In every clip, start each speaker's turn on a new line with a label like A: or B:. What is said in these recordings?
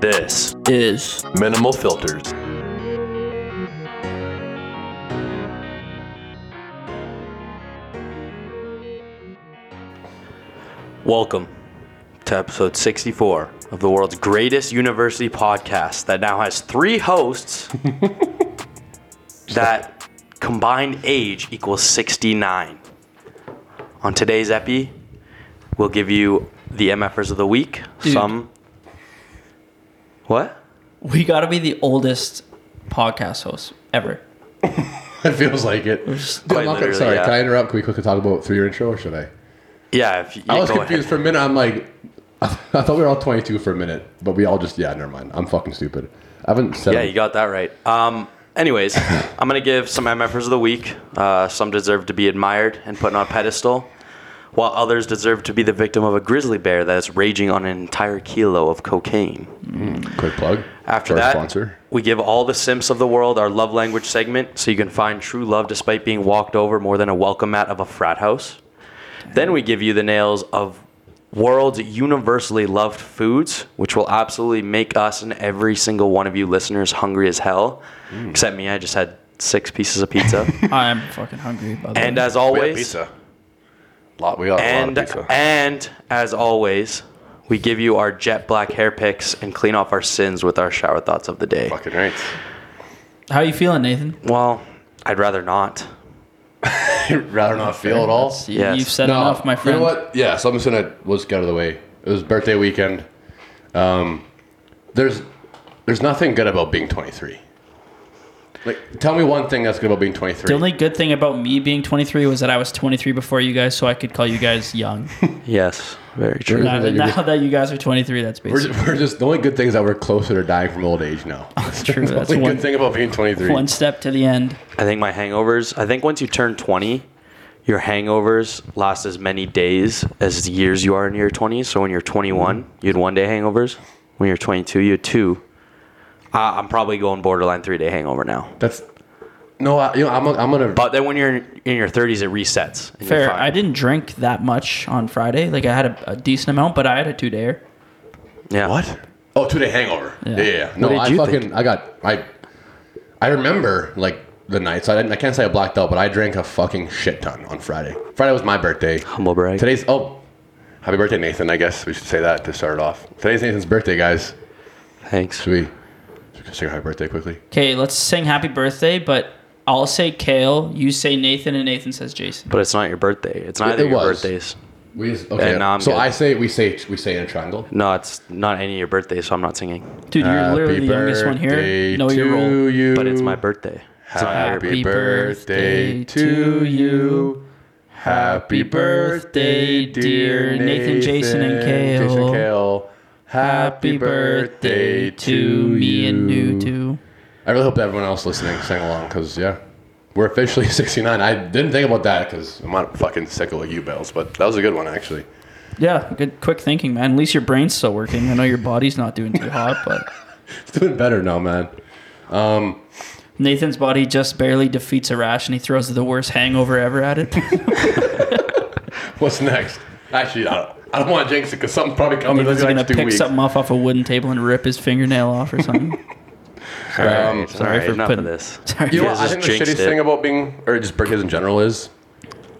A: This
B: is
A: minimal filters. Welcome to episode 64 of the world's greatest university podcast that now has three hosts that combined age equals 69. On today's epi, we'll give you the MFers of the week. Some. What?
B: we got to be the oldest podcast host ever.
C: It feels like it. Dude, I'm not gonna,
A: literally,
C: sorry,
A: yeah.
C: can I interrupt? Can we quickly talk about through your intro, or should I?
A: Yeah, if you,
C: I was
A: go
C: confused for a minute. I'm like, I thought we were all 22 for a minute, but we all just yeah, never mind. I'm fucking stupid. I haven't said.
A: Ahead. Yeah, you got that right. Um, anyways, I'm gonna give some MFers of the week. Uh, some deserve to be admired and put on a pedestal, while others deserve to be the victim of a grizzly bear that is raging on an entire kilo of cocaine.
C: quick plug.
A: After
C: for
A: that,
C: our sponsor.
A: we give all the simps of the world our love language segment so you can find true love despite being walked over more than a welcome mat of a frat house. Then we give you the nails of world's universally loved foods, which will absolutely make us and every single one of you listeners hungry as hell.
C: Mm.
A: Except me, I just had six pieces of pizza.
B: I'm fucking hungry, by the
A: and
B: way.
A: as always,
C: Lot we got
A: and
C: a lot of pizza.
A: and as always, we give you our jet black hair picks and clean off our sins with our shower thoughts of the day.
C: fucking right.
B: How you feeling, Nathan?
A: Well, I'd rather not.
C: rather not feel at all.
B: You-
A: Yes.
B: You've said
C: No,
B: enough, my friend.
C: You know what? Yeah, so I'm just gonna let's get out of the way. It was birthday weekend. Um, there's there's nothing good about being 23. Like, tell me one thing that's good about being 23.
B: The only good thing about me being 23 was that I was 23 before you guys, so I could call you guys young.
A: Yes, very true.
B: now,
C: that
B: that,
C: you're
B: now that you guys are 23, that's
C: We're
B: basically
C: just, we're just the only good thing is that we're closer to dying from old age now.
B: true. That's
C: That's the only
B: one,
C: good thing about being 23.
B: one step to the end.
A: I think my hangovers, I think once you turn 20, your hangovers last as many days as years you are in your 20s. So when you're 21,
B: Mm-hmm.
A: you had one day hangovers. When you're 22, you had two. Uh, I'm probably going borderline three day hangover now.
C: That's no, I, you know, I'm, I'm gonna.
A: But then when you're in, in your 30s, it resets. and you're
B: Fair.
A: fine.
B: I didn't drink that much on Friday. Like, I had a, a decent amount, but I had a two dayer.
A: Yeah.
C: What? Oh, two day hangover. Yeah, yeah. yeah. No,
A: did
C: I
A: you
C: fucking I got I. I remember like the nights. I didn't. I can't say I blacked out, but I drank a fucking shit ton on Friday. Friday was my birthday.
A: Humble brag.
C: Today's oh, happy birthday, Nathan. I guess we should say that to start it off. Today's Nathan's birthday, guys.
A: Thanks.
C: Should we should we sing happy birthday quickly?
B: Okay, let's sing happy birthday, but I'll say Kale, you say Nathan, and Nathan says Jason.
A: But it's not your birthday. It's not
C: It-
A: either
C: it
A: your
C: was.
A: birthdays.
C: We just, okay.
A: Yeah, no, I'm
C: so
A: good.
C: I say we say we say in a triangle.
A: No, it's not any of your birthdays, so I'm not singing.
B: Dude, you're literally the youngest one here.
C: birthday
B: Know your
C: to
B: role.
C: you.
A: But it's my birthday. It's not your
C: Happy birthday
B: birthday to
C: to you. Happy
B: birthday,
C: birthday,
B: dear
C: dear
B: Nathan, Jason, and
C: Nathan, Jason
B: Kale.
C: Kale. Happy birthday to
B: me and you
C: you.
B: too.
C: I really hope that everyone else listening sang along because yeah, we're officially 69. I didn't think about that because I'm not fucking sickle of you bells, but that was a good one actually.
B: Yeah, good quick thinking, man. At least your brain's still working. I know your body's not doing too hot, but
C: It's doing better now, man.
B: Nathan's body just barely defeats a rash and he throws the worst hangover ever at it.
C: What's next? Actually, I don't, I don't want to jinx it because something probably coming in
B: Nathan's
C: the
B: gonna
C: next two
B: pick
C: weeks.
B: something off off a wooden table and rip his fingernail off or something.
A: All right, all
B: sorry
A: right,
B: for
A: enough of
B: putting-
A: this.
B: Sorry.
C: You know
A: guys
C: what I
A: just
C: think the shittiest
A: jinxed it.
C: thing about being or just birthdays in general is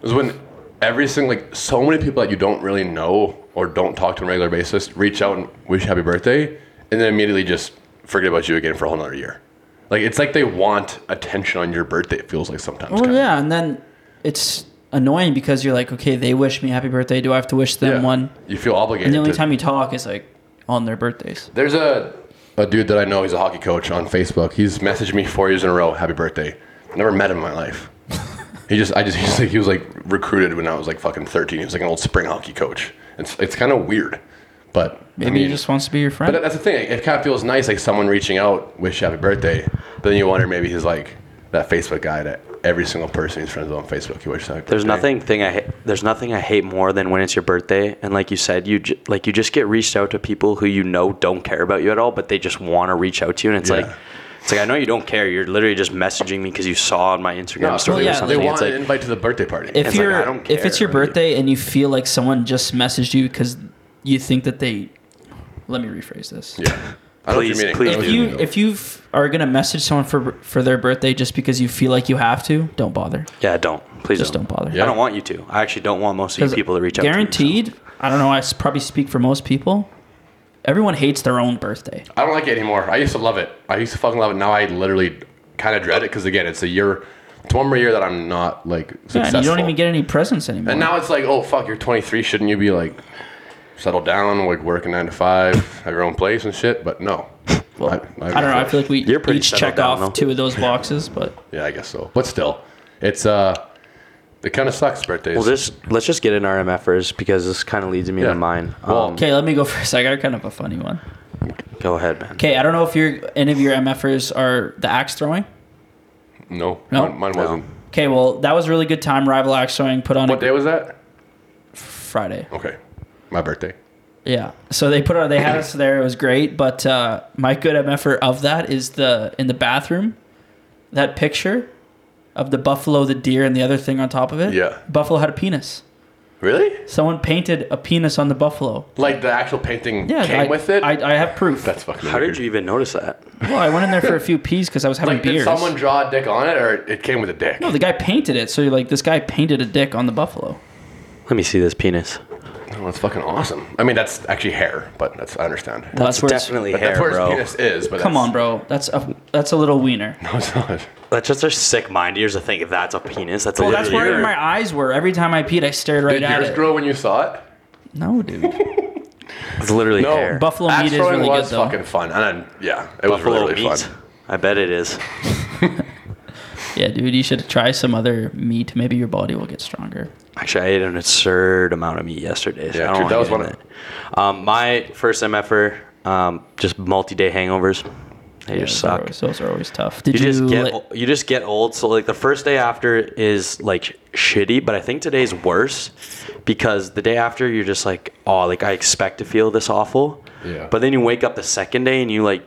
C: is when every single like so many people that you don't really know or don't talk to on a regular basis reach out and wish happy birthday and then immediately just forget about you again for a whole nother year. Like it's like they want attention on your birthday, it feels like sometimes.
B: Well,
C: kinda.
B: yeah, and then it's annoying because you're like, okay, they wish me happy birthday. Do I have to wish them
C: Yeah.
B: one?
C: You feel obligated.
B: And the only
C: to-
B: time you talk is like on their birthdays.
C: There's a a dude that I know. He's a hockey coach on Facebook. He's messaged me four years in a row. Happy birthday. Never met him in my life. he just, I just, he's like, he was like recruited when I was like fucking 13. He was like an old spring hockey coach. It's it's kind of weird, but
B: Maybe
C: I mean,
B: he just wants to be your
C: But
B: friend.
C: that- that's the thing. It kind of feels nice, like someone reaching out, wish you happy birthday. But then you wonder maybe he's like that Facebook guy that every single person he's friends with on Facebook he wishes. happy
A: There's
C: birthday.
A: nothing thing I ha- there's nothing I hate more than when it's your birthday and like you said you j- like you just get reached out to people who you know don't care about you at all but they just want to reach out to you and it's
C: Yeah.
A: like It's like I know you don't care. You're literally just messaging me because you saw on my Instagram story
B: yeah,
A: or
B: they
A: something.
C: They want
A: it's like
C: an invite to the birthday party.
B: if
A: It's like,
B: you're
A: I
C: don't
B: if it's your
C: care.
B: birthday and you feel like someone just messaged you because you think that they let me rephrase this
C: yeah, I don't know what
A: Please,
C: you're meaning.
A: please
C: I
B: if
C: know what
A: do.
B: you
C: you're meaning.
B: if you are gonna message someone for for their birthday just because you feel like you have to don't bother
A: yeah, don't please
B: just don't bother
C: Yeah.
A: I don't want you to. I actually don't want most of you people to reach out. to me, so-
B: guaranteed i don't know i s- probably speak for most people everyone hates their own birthday
C: I don't like it anymore. I used to love it. I used to fucking love it. Now I literally kind of dread it because again, it's a year. It's one more year that I'm not like
B: yeah,
C: successful.
B: and you don't even get any presents anymore
C: And now it's like, oh fuck, you're 23. Shouldn't you be like settled down, like working nine to five, have your own place and shit? But no.
B: well, I, don't know i feel like we
A: You're pretty
B: each
A: settled
B: check
A: down,
B: off
A: though.
B: two of those boxes but
C: Yeah, I guess so. But still, it's uh, it kind of sucks birthdays.
A: Well, this let's just get in our MFers because this kind of leads me
C: Yeah.
A: to mine. Um,
C: Well-
B: okay let me go first i got kind of a funny one
A: go ahead, man.
B: okay i don't know if your any of your mfers are the axe throwing
C: no,
B: No?
C: mine, mine
A: No.
C: wasn't.
B: Okay, well, that was a really good time. Rival Axe Throwing put on
C: What day
B: a
C: was that?
B: Friday.
C: Okay, my birthday.
B: Yeah. So they put on they had us there. It was great, but uh, my good MFR of that is the in the bathroom, that picture of the buffalo, the deer, and the other thing on top of it.
C: Yeah.
B: Buffalo had a penis.
C: Really?
B: Someone painted a penis on the buffalo.
C: Like the actual painting
B: Yeah.
C: came
B: I,
C: with it.
B: I, I have proof.
C: That's fucking.
A: How
C: weird.
A: did you even notice that?
B: well, I went in there for a few peas because I was having
C: Like, did
B: beers.
C: someone draw a dick on it, or it came with a dick?
B: No, the guy painted it. So you're like, this guy painted a dick on the buffalo.
A: Let me see this penis.
C: Oh, that's fucking awesome. I mean, that's actually hair, but that's I understand.
B: Well,
A: That's
B: where it's-
A: definitely
C: But
A: hair,
C: that's where
A: bro.
C: his penis is. But
B: Come
C: that's-
B: on, bro. That's a that's a little wiener.
C: No, it's not.
A: That's just their sick mind ears to think that's a penis. That's
B: Well,
A: a
B: Oh, that's
A: literally
B: where
A: hair.
B: my eyes were. Every time I peed, I stared right
C: Did
B: at
C: yours
B: it.
C: grow when you saw it?
B: no, dude.
A: It's literally
C: No,
A: hair.
B: Buffalo
C: Axe
B: meat is
C: throwing
B: really good
C: was
B: though.
C: fucking fun, and then, yeah, it was
A: Buffalo
C: really, really
A: meat.
C: fun.
A: I bet it is.
B: Yeah, dude, you should try some other meat. Maybe your body will get stronger.
A: Actually, I ate an absurd amount of meat yesterday. So
C: Yeah,
A: I don't
C: dude, that
A: wanna
C: was
A: get
C: one
A: in
C: of-
A: that. Um, my first MFer, um, just multi-day hangovers. They
B: Yeah,
A: just
B: those
A: suck.
B: Are always, those are always tough. Did
A: you
B: you,
A: just get
B: li-
A: o- you just get old. So like the first day after is like shitty, but I think today's worse because the day after you're just like, oh, like I expect to feel this awful.
C: Yeah.
A: But then you wake up the second day and you like,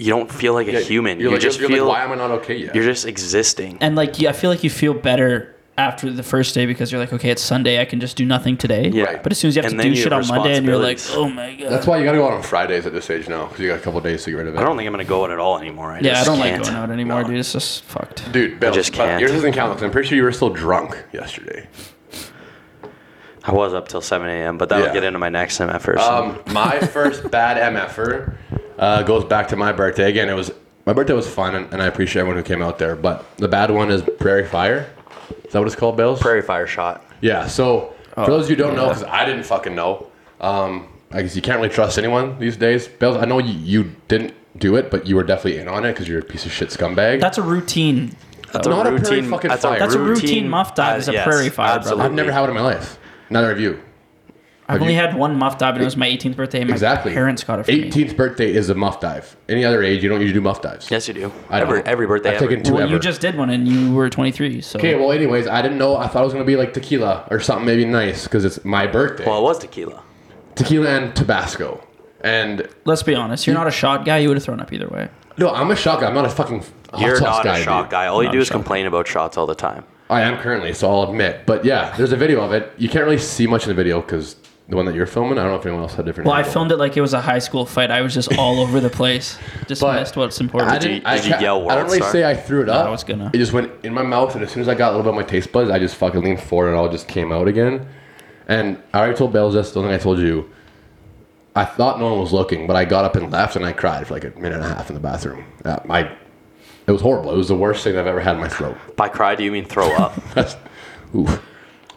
A: you don't feel like a human.
C: You're
A: you
C: like,
A: just
C: you're
A: feel
C: like, why am I not okay yet?
A: you're just existing.
B: and like yeah, I feel like you feel better after the first day because you're like, okay, it's Sunday, I can just do nothing today.
A: Yeah.
C: Right.
B: But as soon as you have
A: And
B: to
A: then
B: do
A: you
B: shit on
A: have
B: Monday, and you're like, oh
A: responsibilities.
B: my god.
C: That's why you gotta go out on Fridays at this age now, because you got a couple days to get rid of it.
A: I don't think I'm gonna go out at all anymore. I
B: yeah, I
A: just
B: don't
A: can't.
B: like going out anymore,
C: No.
B: dude. It's just fucked.
C: Dude, Bill,
A: just
C: but
A: can't.
C: yours doesn't count because I'm pretty sure you were still drunk yesterday.
A: I was up till 7 a.m., but that'll
C: Yeah.
A: get into my next MFer. So.
C: Um, my first bad MFer uh, goes back to my birthday. Again, it was my birthday was fun, and, and I appreciate everyone who came out there. But the bad one is Prairie Fire. Is that what it's called, Bales?
A: Prairie fire shot.
C: Yeah. So for those of you who don't know, because I didn't fucking know, um, I guess you can't really trust anyone these days. Bales, I know you, you didn't do it, but you were definitely in on it because you're a piece of shit scumbag.
B: That's a routine.
C: That's not a prairie fucking
A: that's
C: fire.
A: A
B: That's a
A: routine,
B: routine muff dive is a prairie fire, brother.
A: absolutely.
C: I've never had one in my life. Neither of you.
B: I've
C: Have
B: only
C: you-
B: had one muff dive, and it was my 18th birthday, and my
C: Exactly.
B: parents got it for me.
C: 18th birthday is a muff dive. Any other age, you don't usually do muff dives.
A: Yes, you do.
C: I
A: every,
C: don't.
A: every birthday.
C: I've
A: ever.
C: taken two
B: Well,
C: ever.
B: you just did one, and you were 23, so
C: okay, well, anyways, I didn't know. I thought it was going to be like tequila or something maybe nice because it's my birthday.
A: Well, it was tequila.
C: tequila and Tabasco. And
B: let's be honest. You're not a shot guy. You would have thrown up either way.
C: no, I'm a shot guy. I'm not a fucking
B: Oh,
C: hot
A: You're
C: sauce
A: not
C: guy.
A: a shot
C: dude.
A: guy. All you
B: Not
A: do
B: a
A: is
B: shot guy.
A: complain about shots all the time.
C: I am currently, so I'll admit. But yeah, there's a video of it. You can't really see much in the video because the one that you're filming, I don't know if anyone else had a different.
B: Well, I
C: angle.
B: filmed it like it was a high school fight. I was just all over the place. Just
C: But
B: missed what's important.
C: I didn't.
A: you-
C: I,
A: did you
C: ca-
A: yell
C: I
A: World
C: don't really
A: Star?
C: say I threw it up.
B: I was gonna.
C: It just went in my mouth, and as soon as I got a little bit of my taste buds, I just fucking leaned forward, and it all just came out again. And I already told Bells this. The only thing I told you, I thought no one was looking, but I got up and left, and I cried for like a minute and a half in the bathroom. Uh, I, it was horrible. It was the worst thing I've ever had in my throat.
A: By cry, do you mean throw up?
C: That's, oof.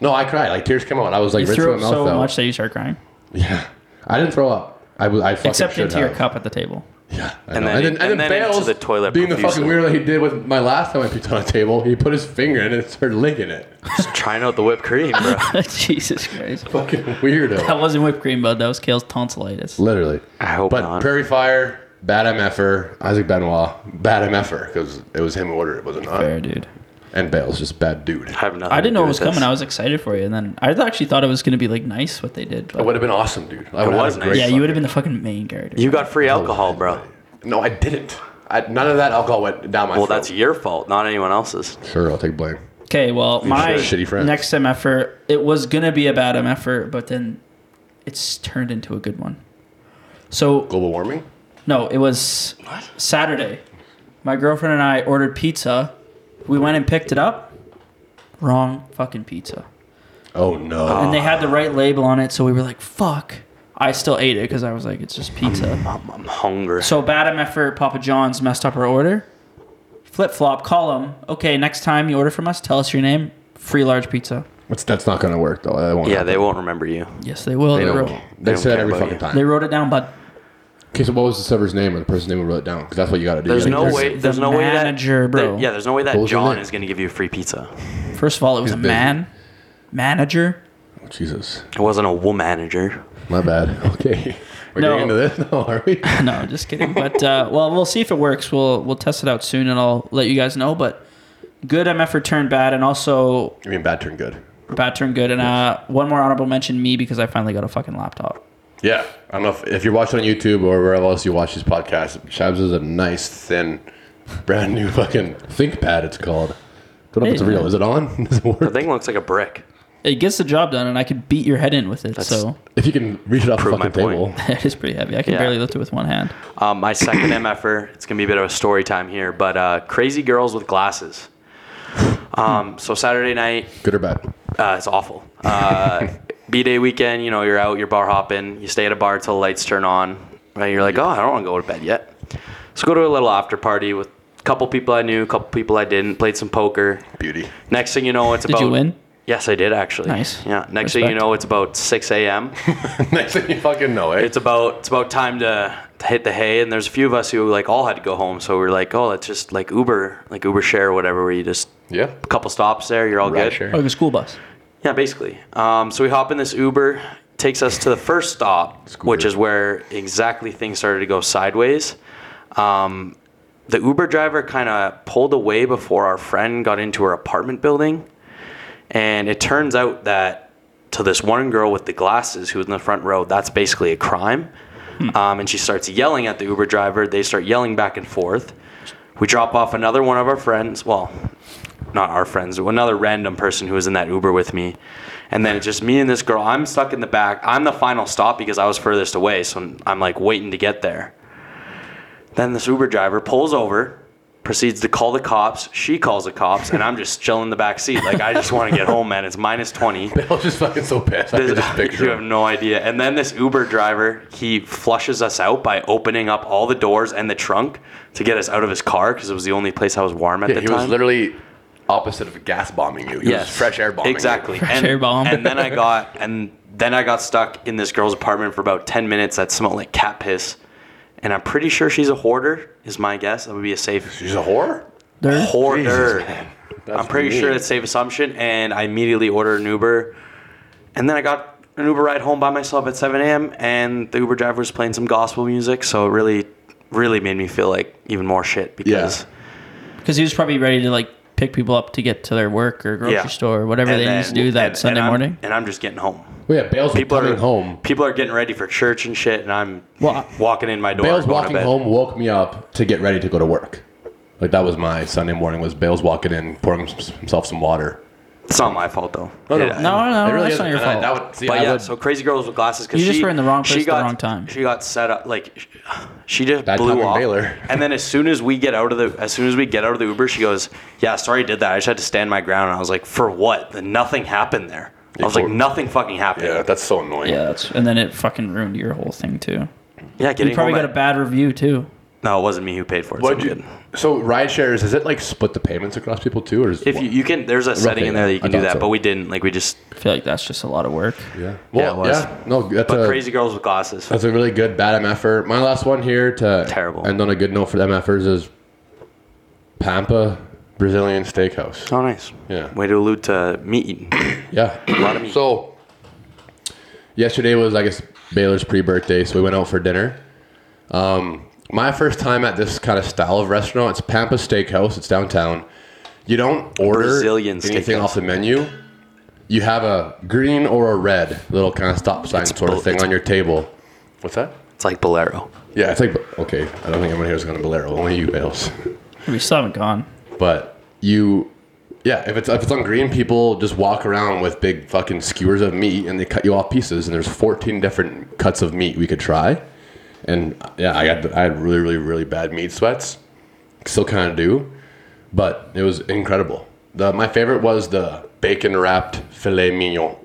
C: No, I cried. Like tears came out. I was like,
B: you
C: rinsing
B: threw up
C: my mouth
B: so
C: out.
B: much that you started crying,
C: Yeah, I didn't throw up. I was. I fucking
B: except
C: should
B: into your
C: have.
B: cup at the table.
C: Yeah, I
A: And
C: know.
A: then in- and then into the toilet
C: being the fucking
A: profusely.
C: weirdo he did with my last time I peed on a table, he put his finger in it and started licking it.
A: Just trying out the whipped cream, bro.
B: Jesus Christ.
C: fucking
B: That
C: weirdo.
B: wasn't whipped cream, bud. That was Kale's tonsillitis.
C: Literally.
A: I hope
C: but
A: not.
C: Prairie Fire, bad MFer, Isaac Benoit, bad MFer because it was him who ordered it, was it not?
B: Fair, dude.
C: And Bale's just bad dude.
A: I have nothing.
B: I didn't
A: to do
B: know it
A: with
B: was coming.
A: this.
B: I was excited for you, and then I actually thought it was gonna be like nice what they did.
C: It
B: But
C: would have been awesome, dude. I would
A: was
C: have
A: nice.
B: Oh, yeah, you would have been the fucking main character.
A: You got free alcohol, bro.
C: No, I didn't. I, none of that alcohol went down my
A: Well,
C: throat.
A: that's your fault, not anyone else's.
C: Sure, I'll take blame.
B: Okay, well, my
C: should. Shitty friends.
B: next sem effort, it was gonna be a bad M effort, but then it's turned into a good one. So
C: Global warming?
B: no, it was Saturday. My girlfriend and I ordered pizza. We went and picked it up. Wrong fucking pizza.
C: Oh, no.
A: Uh,
B: And they had the right label on it, so we were like, "Fuck!" I still ate it because I was like, "It's just pizza."
A: I'm, I'm hungry.
B: So bad at effort. Papa John's messed up our order. Flip flop. Call them. Okay, next time you order from us, tell us your name. Free large pizza.
C: What's, that's not going to work, though. That won't
A: yeah,
C: happen.
A: they won't remember you.
B: Yes, they will. They,
C: They, don't,
B: wrote,
C: they,
A: they don't
C: say that
A: care
C: every
A: about
C: fucking
A: you.
C: time.
B: they wrote it down, but
C: Okay, so what was the server's name or the person's name who wrote it down? Because that's what you got to do.
A: There's
C: You
A: no
C: gotta-
A: way.
B: the
A: There's no way that
B: manager, bro.
A: that- yeah, there's no way that
C: Those are
A: John
C: there.
A: is going to give you a free pizza.
B: first of all, it was a
C: busy.
B: man, manager.
C: Jesus.
A: It wasn't a wool manager.
C: My bad. Okay. We're
B: No.
C: getting into this now, are we?
B: No, just kidding. But uh, well, we'll see if it works. We'll we'll test it out soon, and I'll let you guys know. But good MF turned bad, and also
C: I mean, bad turn good.
B: bad turned good. And uh, one more honorable mention, me because I finally got a fucking laptop.
C: Yeah. I don't know if, if you're watching on YouTube or wherever else you watch this podcast, Shabs is a nice, thin, brand new fucking ThinkPad, it's called. Don't know if it's
B: Hey,
C: real.
B: man.
C: Is it on? Does it
A: The
C: work?
A: thing looks like a brick.
B: It gets the job done, and I could beat your head in with it. so
C: If you can reach it off the
A: Prove my
C: fucking table.
A: point.
B: it is pretty heavy. I can
A: Yeah.
B: barely lift it with one hand.
A: Um, my second MFer, it's going to be a bit of a story time here, but uh, crazy girls with glasses.
B: Hmm.
A: Um, so Saturday night,
C: Good or bad?
A: uh, it's awful. Uh, B day weekend, you know, you're out, you're bar hopping, you stay at a bar till the lights turn on, right? You're like, oh, I don't want to go to bed yet. So go to a little after party with a couple people I knew, a couple people I didn't, played some poker.
C: Beauty.
A: Next thing you know, it's
B: Did
A: about.
B: you win?
A: Yes, I did actually.
B: Nice.
A: Yeah. Next thing you
B: Respect.
A: know, it's about 6 a.m.
C: Next thing you fucking know, eh?
A: it's about it's about time to, to hit the hay and there's a few of us who like all had to go home so we are like oh let's just like uber like uber share or whatever where you just
C: yeah.
A: a couple stops there you're all
C: Ride
A: good
C: share.
B: Like a Oh, school bus.
A: yeah basically um, so we hop in this uber takes us to the first stop
C: Scooter.
A: which is where exactly things started to go sideways um, the uber driver kind of pulled away before our friend got into her apartment building and it turns out that to this one girl with the glasses who was in the front row, that's basically a crime. Um, and she starts yelling at the Uber driver. They start yelling back and forth. We drop off another one of our friends. Well, not our friends, another random person who was in that Uber with me. And then it's just me and this girl. I'm stuck in the back. I'm the final stop because I was furthest away. So I'm like waiting to get there. Then this Uber driver pulls over, proceeds to call the cops. She calls the cops, and I'm just chilling in the back seat. Like, I just want to get home, man. It's minus 20.
C: I was just fucking so pissed. I could just
A: you
C: picture
A: have
C: him.
A: no idea. And then this Uber driver, he flushes us out by opening up all the doors and the trunk to get us out of his car because it was the only place I was warm at
C: Yeah,
A: the
C: he
A: time.
C: was literally opposite of gas bombing you. He
A: Yes.
C: was fresh air bombing. you.
A: Exactly.
B: Fresh
A: and,
B: air bomb.
A: And then I got and then I got stuck in this girl's apartment for about ten minutes that smelled like cat piss. And I'm pretty sure she's a hoarder, is my guess. That would be a safe
C: She's a whore?
B: There.
A: hoarder.
C: Jesus, man. That's
A: I'm pretty
C: mean.
A: sure that's a safe assumption. And I immediately ordered an Uber. And then I got an Uber ride home by myself at 7 a.m. And the Uber driver was playing some gospel music. So it really, really made me feel like even more shit because.
B: Because he was probably ready to like pick people up to get to their work or grocery
A: Yeah.
B: store or whatever
A: And
B: they need to
A: then-
B: do that
A: and-
B: Sunday
A: and I'm-
B: morning.
A: And I'm just getting home.
C: Well, yeah, Bale's
A: People
C: coming
A: are
C: home.
A: People are getting ready for church and shit, and I'm
C: Well, I-
A: walking in my door.
C: Bale's
A: and going to
C: walking
A: bed.
C: home woke me up to get ready to go to work. Like that was my Sunday morning. Was Bale's walking in, pouring s- himself some water.
A: It's not my fault though.
C: no.
A: It-
B: No, no, no,
C: It really
B: Oh, that's not
C: isn't.
B: your
C: And I-
B: fault.
C: that would- see,
A: But
C: I
A: yeah,
C: would-
A: so crazy girls with glasses because
B: You just
A: she,
B: were in the wrong place
A: she
B: at the
A: got,
B: wrong time.
A: She got set up like sh- she just
C: Bad
A: blew
C: timing,
A: off.
C: Baylor.
A: And then as soon as we get out of the as soon as we get out of the Uber, she goes, "Yeah, sorry, I did that. I just had to stand my ground." And I was like, "For what? Then nothing happened there." I was like,
C: for-
A: "Nothing fucking happened."
C: yeah,
A: Yeah,
C: that's so annoying.
B: Yeah, that's, and then it fucking ruined your whole thing too.
A: getting
B: You probably
A: home
B: got a
A: at-
B: bad review too.
A: no, it wasn't me who paid for it.
C: What'd
A: so
C: you, so ride shares is it like split the payments across people too, or is
A: If you, you can, there's a setting in there that you
C: I
A: can do
C: thought
A: that,
C: so.
A: but we didn't. Like we just,
B: I feel like that's just a lot of work.
C: yeah,
A: Yeah, it
C: well, yeah,
A: was.
C: no, that's
A: but
C: a,
A: crazy girls with glasses.
C: That's a really good bad MFer. My last one here to
A: Terrible.
C: And on a good note for the MFers is Pampa Brazilian Steakhouse.
A: Oh, nice.
C: Yeah.
A: Way to allude to meat eating.
C: Yeah.
A: lot of meat.
C: So yesterday was I guess Baylor's pre-birthday, so we went out for dinner. Um, my first time at this kind of style of restaurant. It's Pampa Steakhouse. It's downtown. You don't order
A: Brazilian
C: anything
A: steakhouse.
C: off the menu. You have a green or a red little kind of stop sign sort
A: bl-
C: of thing
A: it's-
C: on your table. What's that?
A: It's like Bolero.
C: Yeah, it's like okay. I don't think anyone here is going to Bolero. Only you, Bales.
B: We still haven't gone.
C: But you, yeah. If it's if it's on green, people just walk around with big fucking skewers of meat, and they cut you off pieces. And there's 14 different cuts of meat we could try. And yeah, I got I had really really really bad meat sweats. Still kind of do, but it was incredible. The my favorite was the bacon wrapped filet mignon.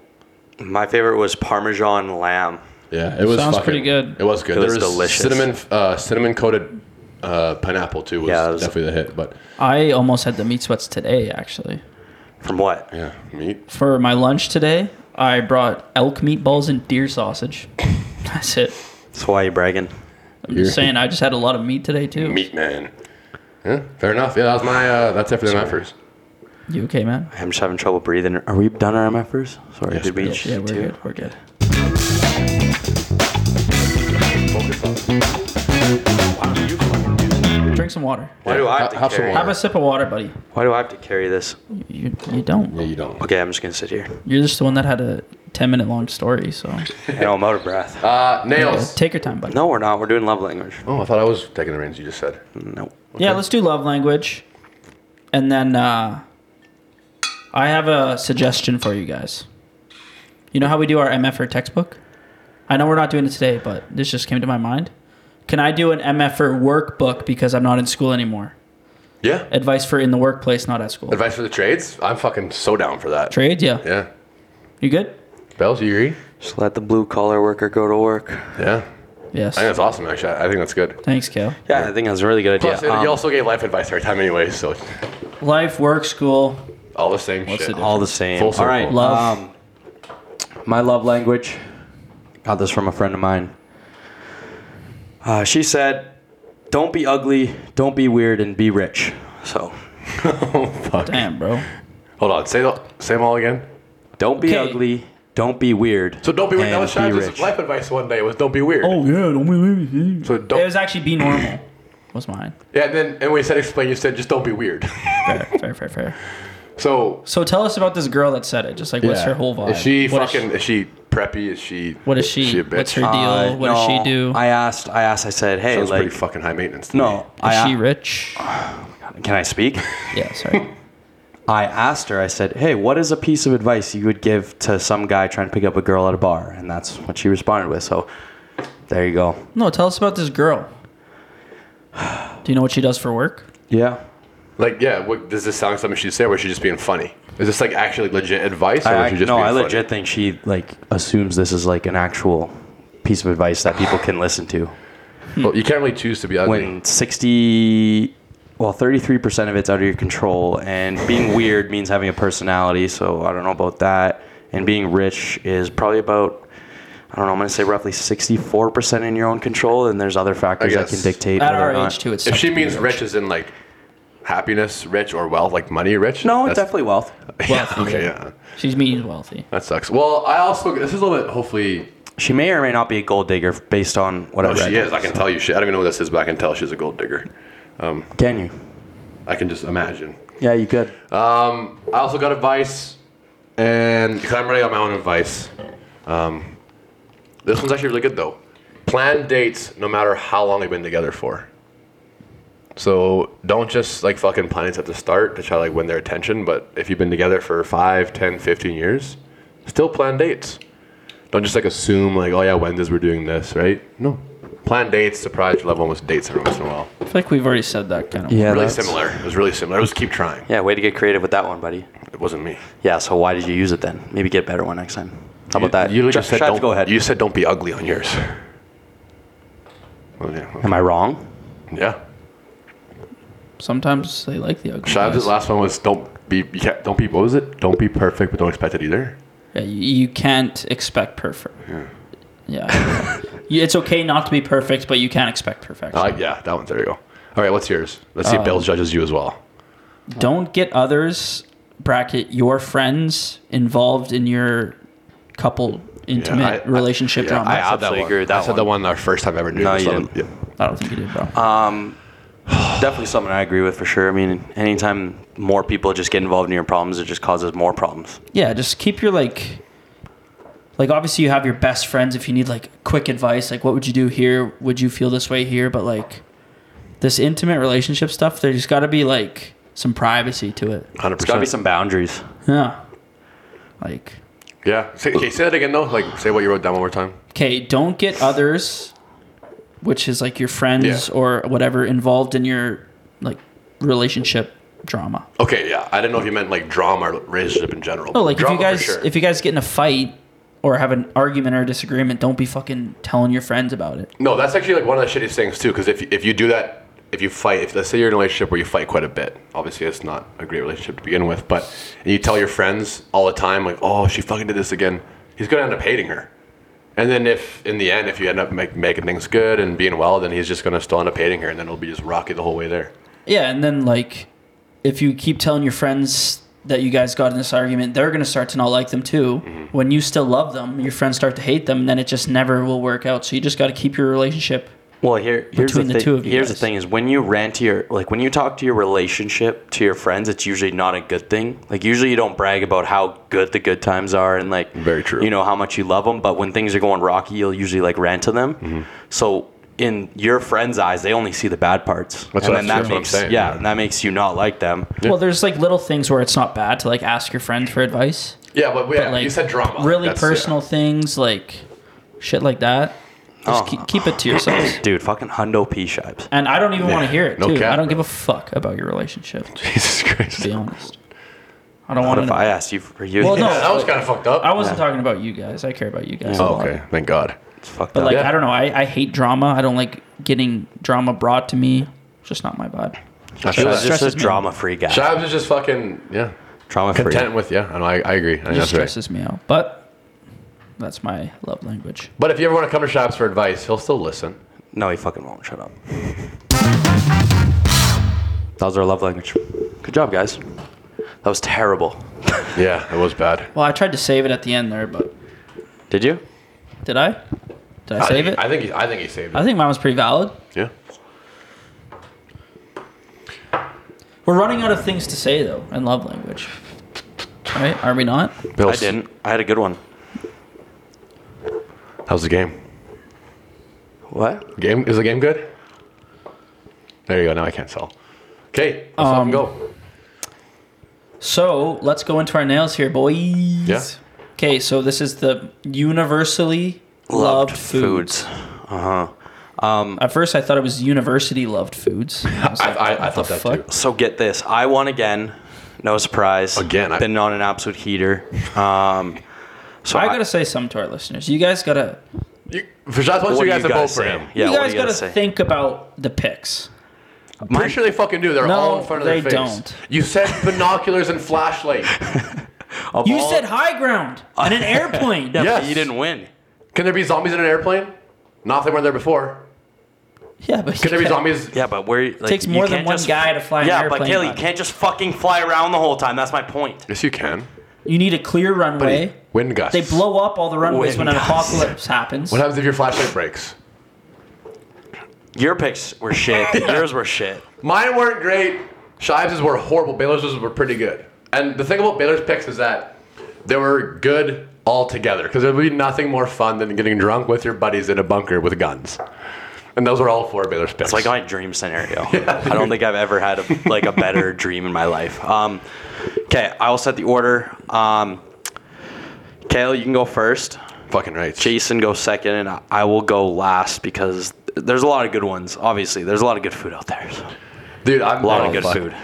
A: My favorite was Parmesan lamb.
C: Yeah, it was
B: Sounds
C: fucking-
B: pretty good.
C: It was good.
A: It
C: There
A: was delicious.
C: Cinnamon, uh, cinnamon coated uh, pineapple too was,
A: Yeah, it was-
C: definitely the hit. But
B: I almost had the meat sweats today, actually.
A: From what?
C: yeah, meat.
B: For my lunch today, I brought elk meatballs and deer sausage. That's it.
A: That's why you bragging.
B: I'm
C: You're-
B: just saying, I just had a lot of meat today too.
C: Meat man. Yeah, fair enough. Yeah, that was my. Uh, that's it for the first.
B: You okay, man?
A: I'm just having trouble breathing. Are we done our MFers? Sorry,
C: Yes,
A: did we?
C: we are.
A: each
B: Yeah, we're
A: do?
B: good. We're good. Drink some water.
A: Why do I have to
C: Have some
A: carry?
C: water.
B: Have a sip of water, buddy.
A: Why do I have to carry this?
B: You, you don't.
C: Yeah, you don't.
A: Okay, I'm just gonna sit here.
B: You're just the one that had a 10 minute long story, so
A: I know I'm out of breath.
C: Uh,
B: Yeah,
C: nails.
B: take your time, buddy.
A: No, we're not. We're doing love language.
C: Oh, I thought I was taking the reins. You just said.
A: No.
B: Yeah, let's do love language. And then uh, I have a suggestion for you guys. You know how we do our MFR textbook? I know we're not doing it today, but this just came to my mind. Can I do an MFR workbook because I'm not in school anymore?
C: Yeah.
B: Advice for in the workplace, not at school.
C: Advice for the trades? I'm fucking so down for that.
B: Trades, yeah.
C: Yeah.
B: You good?
C: Bells, you agree?
A: Just let the blue collar worker go to work.
C: Yeah.
B: Yes.
C: I think that's awesome. Actually, I I think that's good.
B: Thanks, Kale.
A: Yeah, I think that's a really good idea.
C: Plus, you
A: Um,
C: also gave life advice every time, anyway. So
B: Life, work, school.
C: all the same
B: What's
C: shit.
B: the
A: all the same.
C: Full
A: all
C: circle.
A: right.
B: Love.
A: Um, my love language. Got this from a friend of mine. Uh, she said, "Don't be ugly. Don't be weird, and be rich." So,
B: Damn, bro.
C: Hold on. Say the same all again.
A: don't be
B: Okay.
A: ugly. Don't be weird.
C: So don't be weird.
A: and
C: That was
A: be
C: Shaz's
A: rich.
C: life advice one day. Was don't be weird.
B: Oh, yeah, don't be
C: So
B: It
C: don't.
B: was actually be normal. Was mine.
C: yeah, and then and when you said explain, you said just don't be weird.
B: Fair, fair, fair, fair.
C: so
B: So tell us about this girl that said it. Just like, what's
C: yeah.
B: her whole vibe?
C: Is she
B: What is
C: fucking? Is she, preppy? Is she?
B: What is she?
C: a bitch?
B: What's her
C: Uh,
B: deal?
A: Uh,
B: what does she
A: no,
B: do?
A: I asked. I asked. I said, "Hey,
C: Sounds
A: like,
C: pretty fucking high maintenance. To me.
A: no."
B: is
A: I,
B: she rich?
A: Can I speak?
B: Yeah, sorry.
A: I asked her, I said, Hey, what is a piece of advice you would give to some guy trying to pick up a girl at a bar? And that's what she responded with. So there you go.
B: No, tell us about this girl. Do you know what she does for work?
A: Yeah.
C: Like yeah. What, does this sound like something she said? Or is she just being funny? Is this like actually legit advice? Or
A: I,
C: is she just
A: no,
C: being
A: I
C: funny?
A: legit think she like assumes this is like an actual piece of advice that people can listen to.
C: Well, you can't really choose to be ugly.
A: When 60, well, 33% of it's out of your control. And being weird means having a personality. So I don't know about that. And being rich is probably about. I don't know. I'm gonna say roughly 64% in your own control, and there's other factors that
C: guess.
A: can dictate.
B: At
A: whether
B: our
A: or not.
B: age, too, it's
C: if
B: tough
C: she
B: to be
C: means rich, as in like happiness, rich or wealth, like money, rich.
A: No,
C: that's-
A: definitely wealth.
B: wealthy.
C: Okay, yeah,
B: She means wealthy.
C: that sucks. Well, I also this is a little bit hopefully
A: She may or may not be a gold digger based on what I
C: Oh,
A: read.
C: she is. I can tell you shit. I don't even know what this is, but I can tell she's a gold digger.
A: Can you?
C: I can just imagine.
A: Yeah, you could.
C: Uh, I also got advice, and 'cause I'm ready on my own advice. Um, this one's actually really good though. Plan dates, no matter how long they've been together for. So don't just like fucking plan it at the start to try like win their attention. But if you've been together for 5, 10, 15 years, still plan dates. Don't just like assume like, oh yeah, when does we're doing this, right? No. Plan dates, surprise, your loved one with dates every once in a while.
B: I feel like we've already said that kind of.
A: yeah,
C: really
A: that's-
C: similar. It was really similar. I was keep trying.
A: Yeah, way to get creative with that one, buddy.
C: It wasn't me.
A: Yeah. So why did you use it then? Maybe get a better one next time. How about that?
C: You, you
A: Sh-
C: just said
A: Shaz,
C: don't
A: go ahead.
C: You said don't be ugly on yours. Well, yeah.
A: Am I wrong?
C: yeah.
B: Sometimes they like the ugly.
C: Shav's
B: guys.
C: last one was don't be you can't, don't be what was it? Don't be perfect, but don't expect it either.
B: Yeah, you, you can't expect perfect. Yeah. You- it's okay not to be perfect, but you can't expect perfection.
C: Uh, yeah, that one. There you go. All right, what's yours? Let's see
B: Uh,
C: if Bill judges you as well.
B: Don't get others bracket your friends involved in your couple intimate
C: I- I-
B: relationship
C: yeah,
B: drama.
C: I
B: I,
C: had
A: absolutely
C: that one.
A: agree with that
C: I said the one our first time ever doing
A: No,
C: this.
A: you
C: one.
A: didn't.
C: Yeah.
B: don't think you did, bro.
C: uh,
A: Definitely something I agree with for sure. I mean, anytime more people just get involved in your problems, it just causes more problems.
B: yeah, just keep your like like obviously you have your best friends if you need like quick advice, like what would you do here? Would you feel this way here? But like this intimate relationship stuff, there's got to be like some privacy to it.
C: Hundred
A: It's got to be
C: percent.
A: some boundaries.
B: Yeah. Like,
C: Yeah. Say, okay, say that again though. Like, say what you wrote down one more time.
B: okay, don't get others, which is like your friends
C: Yeah.
B: or whatever, involved in your like relationship drama.
C: Okay, yeah. I didn't know if you meant like drama or relationship in general.
B: No, Oh, like
C: drama
B: if you guys
C: for sure.
B: if you guys get in a fight or have an argument or a disagreement, don't be fucking telling your friends about it.
C: No, that's actually like one of the shittiest things too. Because if if you do that, if you fight, if let's say you're in a relationship where you fight quite a bit, obviously it's not a great relationship to begin with. But and you tell your friends all the time, like, oh, she fucking did this again. He's gonna end up hating her. And then if in the end, if you end up make, making things good and being well, then he's just gonna still end up hating her, and then it'll be just rocky the whole way there.
B: Yeah, and then like if you keep telling your friends that you guys got in this argument, they're gonna start to not like them too.
C: Mm-hmm.
B: When you still love them, your friends start to hate them, and then it just never will work out. So you just gotta keep your relationship.
A: Well, here, here's
B: Between
A: the,
B: the
A: thi-
B: two of you
A: Here's
B: guys.
A: the thing: is when you rant to your like when you talk to your relationship to your friends, it's usually not a good thing. Like usually you don't brag about how good the good times are and like
C: Very true.
A: You know how much you love them, but when things are going rocky, you'll usually like rant to them.
C: Mm-hmm.
A: So in your friends' eyes, they only see the bad parts,
C: That's
A: and
C: what-
A: then
C: that's
A: that
C: what I'm
A: makes
C: saying,
A: yeah,
C: yeah.
A: and that makes you not like them.
B: Well, there's like little things where it's not bad to like ask your friends for advice.
C: Yeah, but, yeah,
B: like
C: you said drama.
B: Really
C: That's-
B: personal things like shit like that. Just
A: Oh.
B: keep, keep it to yourselves.
A: Dude, fucking hundo p shipes.
B: And I don't even want to hear it
C: no
B: too.
C: cap,
B: I don't give
C: bro.
B: a fuck about your relationship.
C: Yeah. Jesus Christ.
B: To be honest, I don't
A: What
B: want
A: if I
B: to.
A: asked you for you?
B: Well,
C: Yeah,
B: no.
C: that was kind of fucked up.
B: I wasn't talking about you guys. I care about you guys. a
C: Oh,
B: lot.
C: okay, thank God.
A: it's fucked
B: But
A: up.
B: like,
C: Yeah.
B: I don't know. I, I hate drama. I don't like getting drama brought to me. It's just not my vibe.
C: That's
A: He
C: right.
A: was just a
B: stresses me out.
A: drama free guy.
C: Shabs is just fucking yeah,
A: Trauma free.
C: content with yeah. I know, I, I agree. I think
B: It
C: that's
B: just
C: right.
B: stresses me out. But that's my love language.
C: But if you ever want to come to Shabs for advice, he'll still listen.
A: No, he fucking won't. Shut up. That was our love language. Good job, guys. That was terrible.
C: Yeah, it was bad.
B: Well, I tried to save it at the end there, but
A: Did you?
B: did I? Did I, save
C: think,
B: it? I,
C: I think he, I think he saved it.
B: think mine was pretty valid.
C: Yeah.
B: We're running out of things to say though in love language, right? Are we not?
C: Bill,
A: I didn't. I had a good one.
C: How's the game?
A: What?
C: Game is the game good? There you go. Now I can't tell. Okay, let's
B: Um,
C: um, go.
B: So let's go into our nails here, boys.
C: Yeah.
B: Okay, so this is the universally loved, foods. At first, I thought it was university loved foods. I, was
C: I,
B: like,
C: I, I
B: what
C: thought
B: the
C: that
B: fuck?
C: too.
A: So get this. I won again. No surprise.
C: Again, I-
A: Been on an absolute heater. Um, so
B: I gotta say something to our listeners. You guys gotta,
C: You, for Shabs, once
A: What
C: you
A: do
C: guys have vote for
A: say?
C: him.
A: Yeah.
B: you
A: what
B: guys
A: do you
B: gotta
A: gotta say?
B: think about the picks.
C: I'm pretty sure they fucking do. They're
B: No,
C: all in front of
B: they
C: their face.
B: don't.
C: You said binoculars and flashlight.
A: Of
B: You
A: all-
B: said high ground on an airplane.
A: yeah,
C: Yes.
A: but you didn't win.
C: Can there be zombies in an airplane? Not if they weren't there before.
B: yeah, but
C: Can there be zombies?
A: Yeah, but where? Like,
B: takes
A: you
B: more than
A: can't
B: one
A: just-
B: guy to fly an
A: Yeah,
B: airplane,
A: but Kaylee, you
B: bud.
A: can't just fucking fly around the whole time. That's my point.
C: Yes, you can.
B: you need a clear runway.
C: Wind gusts.
B: They blow up all the runways when an
A: Wind gusts.
B: apocalypse happens.
C: What happens if your flashlight breaks?
A: Your picks were shit. Yours were shit.
C: Mine weren't great. Shives' were horrible. Baylor's were pretty good. And the thing about Baylor's picks is that they were good all together because there would be nothing more fun than getting drunk with your buddies in a bunker with guns. And those were all four Baylor's picks.
A: It's like my dream scenario. I don't think I've ever had a, like a better dream in my life. Um, okay, I will set the order. Um, Kale, you can go first.
C: fucking right.
A: Jason goes second, and I- I will go last because there's a lot of good ones. Obviously, there's a lot of good food out there. so.
C: Dude, I'm
A: A lot
C: oh,
A: of good
C: fuck.
A: food.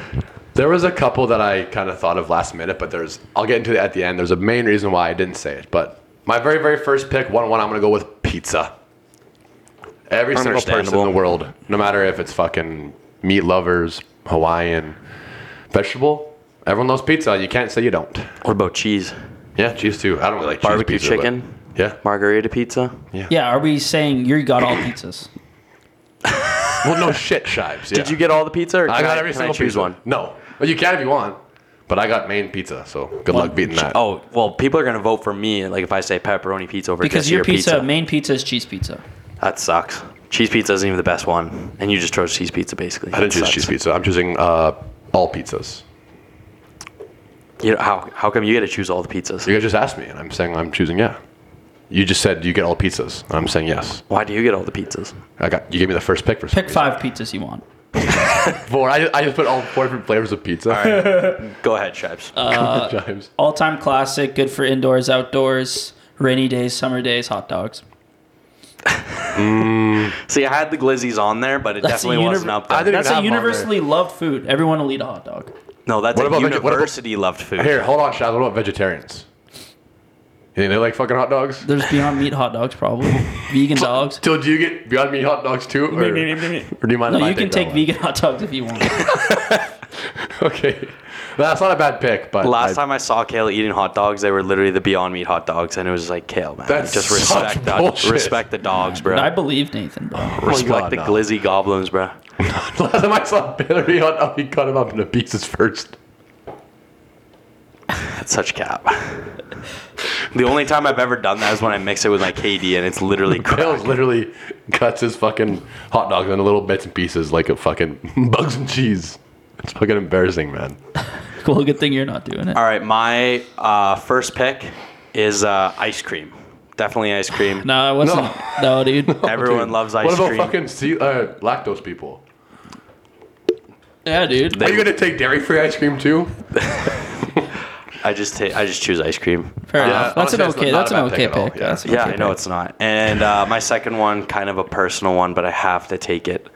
C: There was a couple that I kind of thought of last minute, but there's I'll get into it at the end. There's a main reason why I didn't say it, but my very very first pick, one one, I'm gonna go with pizza. Every single person in
A: Understandable.
C: the world, no matter if it's fucking meat lovers, Hawaiian, vegetable, everyone loves pizza. and You can't say you don't.
A: What about cheese?
C: Yeah, cheese too. I don't really like cheese
A: Barbecue
C: pizza, but-
A: chicken?
C: Yeah.
A: Margarita pizza?
B: yeah, are we saying you got all pizzas?
C: Well, no shit, shives.
A: Did you get all the pizza? Or
C: I
A: can
C: got every
A: can
C: single
A: choose
C: pizza.
A: one.
C: No, well, you can if you want, but I got main pizza, so good luck beating that.
A: Oh well, people are gonna vote for me. Like if I say pepperoni pizza over
B: Because
A: just
B: your
A: your
B: pizza, main pizza is cheese pizza.
A: that sucks. Cheese pizza isn't even the best one, and you just chose cheese pizza basically.
C: I didn't choose
A: Sucks.
C: cheese pizza. I'm choosing uh, all pizzas.
A: You know, how how come you get to choose all the pizzas?
C: You guys just asked me, and I'm saying I'm choosing yeah. You just said you get all pizzas. I'm saying yes.
A: Why do you get all the pizzas?
C: I got you gave me the first pick for some
B: Pick five pizzas you want.
C: reason. four. I, I just put all four different flavors of pizza.
A: Go ahead, Shibes.
C: Chimes.
B: All time classic, good for indoors, outdoors, rainy days, summer days, hot dogs.
A: See, I had the glizzies on there, but it definitely
B: univer-
A: wasn't up there.
C: I didn't
B: That's
C: even
B: a
C: have them on there.
B: universally loved food. Everyone will eat a hot dog.
A: no, that's
C: What
A: a
C: about veg- what about-
A: university loved food.
C: Here, hold on, Shad. What about vegetarians? You think they like fucking hot dogs?
B: There's Beyond Meat hot dogs, probably. vegan dogs.
C: Till do you get Beyond Meat hot dogs too? Or, or do you mind? if
B: No,
C: I
B: you can
C: that
B: take
C: one?
B: vegan hot dogs if you want.
C: Okay, that's not a bad pick. But
A: Last
C: I-
A: time I saw Kale eating hot dogs, they were literally the Beyond Meat hot dogs, and it was like Kale, man.
C: That's
A: just
C: such
A: respect the
C: bullshit.
A: respect the dogs, bro.
B: I believe Nathan, bro.
A: respect
C: God,
A: the
C: no.
A: glizzy goblins, bro.
C: last time I saw Billy hot dog, he cut him up into pieces first.
A: That's such cap. the only time I've ever done that is when I mix it with my KD, and it's literally
C: Bills
A: crap.
C: literally cuts his fucking hot dog into little bits and pieces like a fucking bugs and cheese. It's fucking embarrassing, man.
B: Cool, good thing you're not doing it.
A: All right, my uh, first pick is uh, ice cream. Definitely ice cream.
B: No, it wasn't. No, dude.
A: Everyone
C: Dude,
A: loves ice
C: What about
A: cream.
C: fucking sea, uh, lactose people?
B: Yeah, dude.
C: Are you gonna take dairy free ice cream too?
A: I just ta- I just choose ice cream.
B: Fair
C: Yeah,
B: enough. That's an
C: honestly,
B: okay. That's
C: that's
B: an
C: not a bad
B: okay
C: pick at all.
B: pick.
C: Yeah.
B: That's an
A: Yeah,
B: okay
A: I know
B: pick.
A: it's not. And uh, my second one, kind of a personal one, but I have to take it.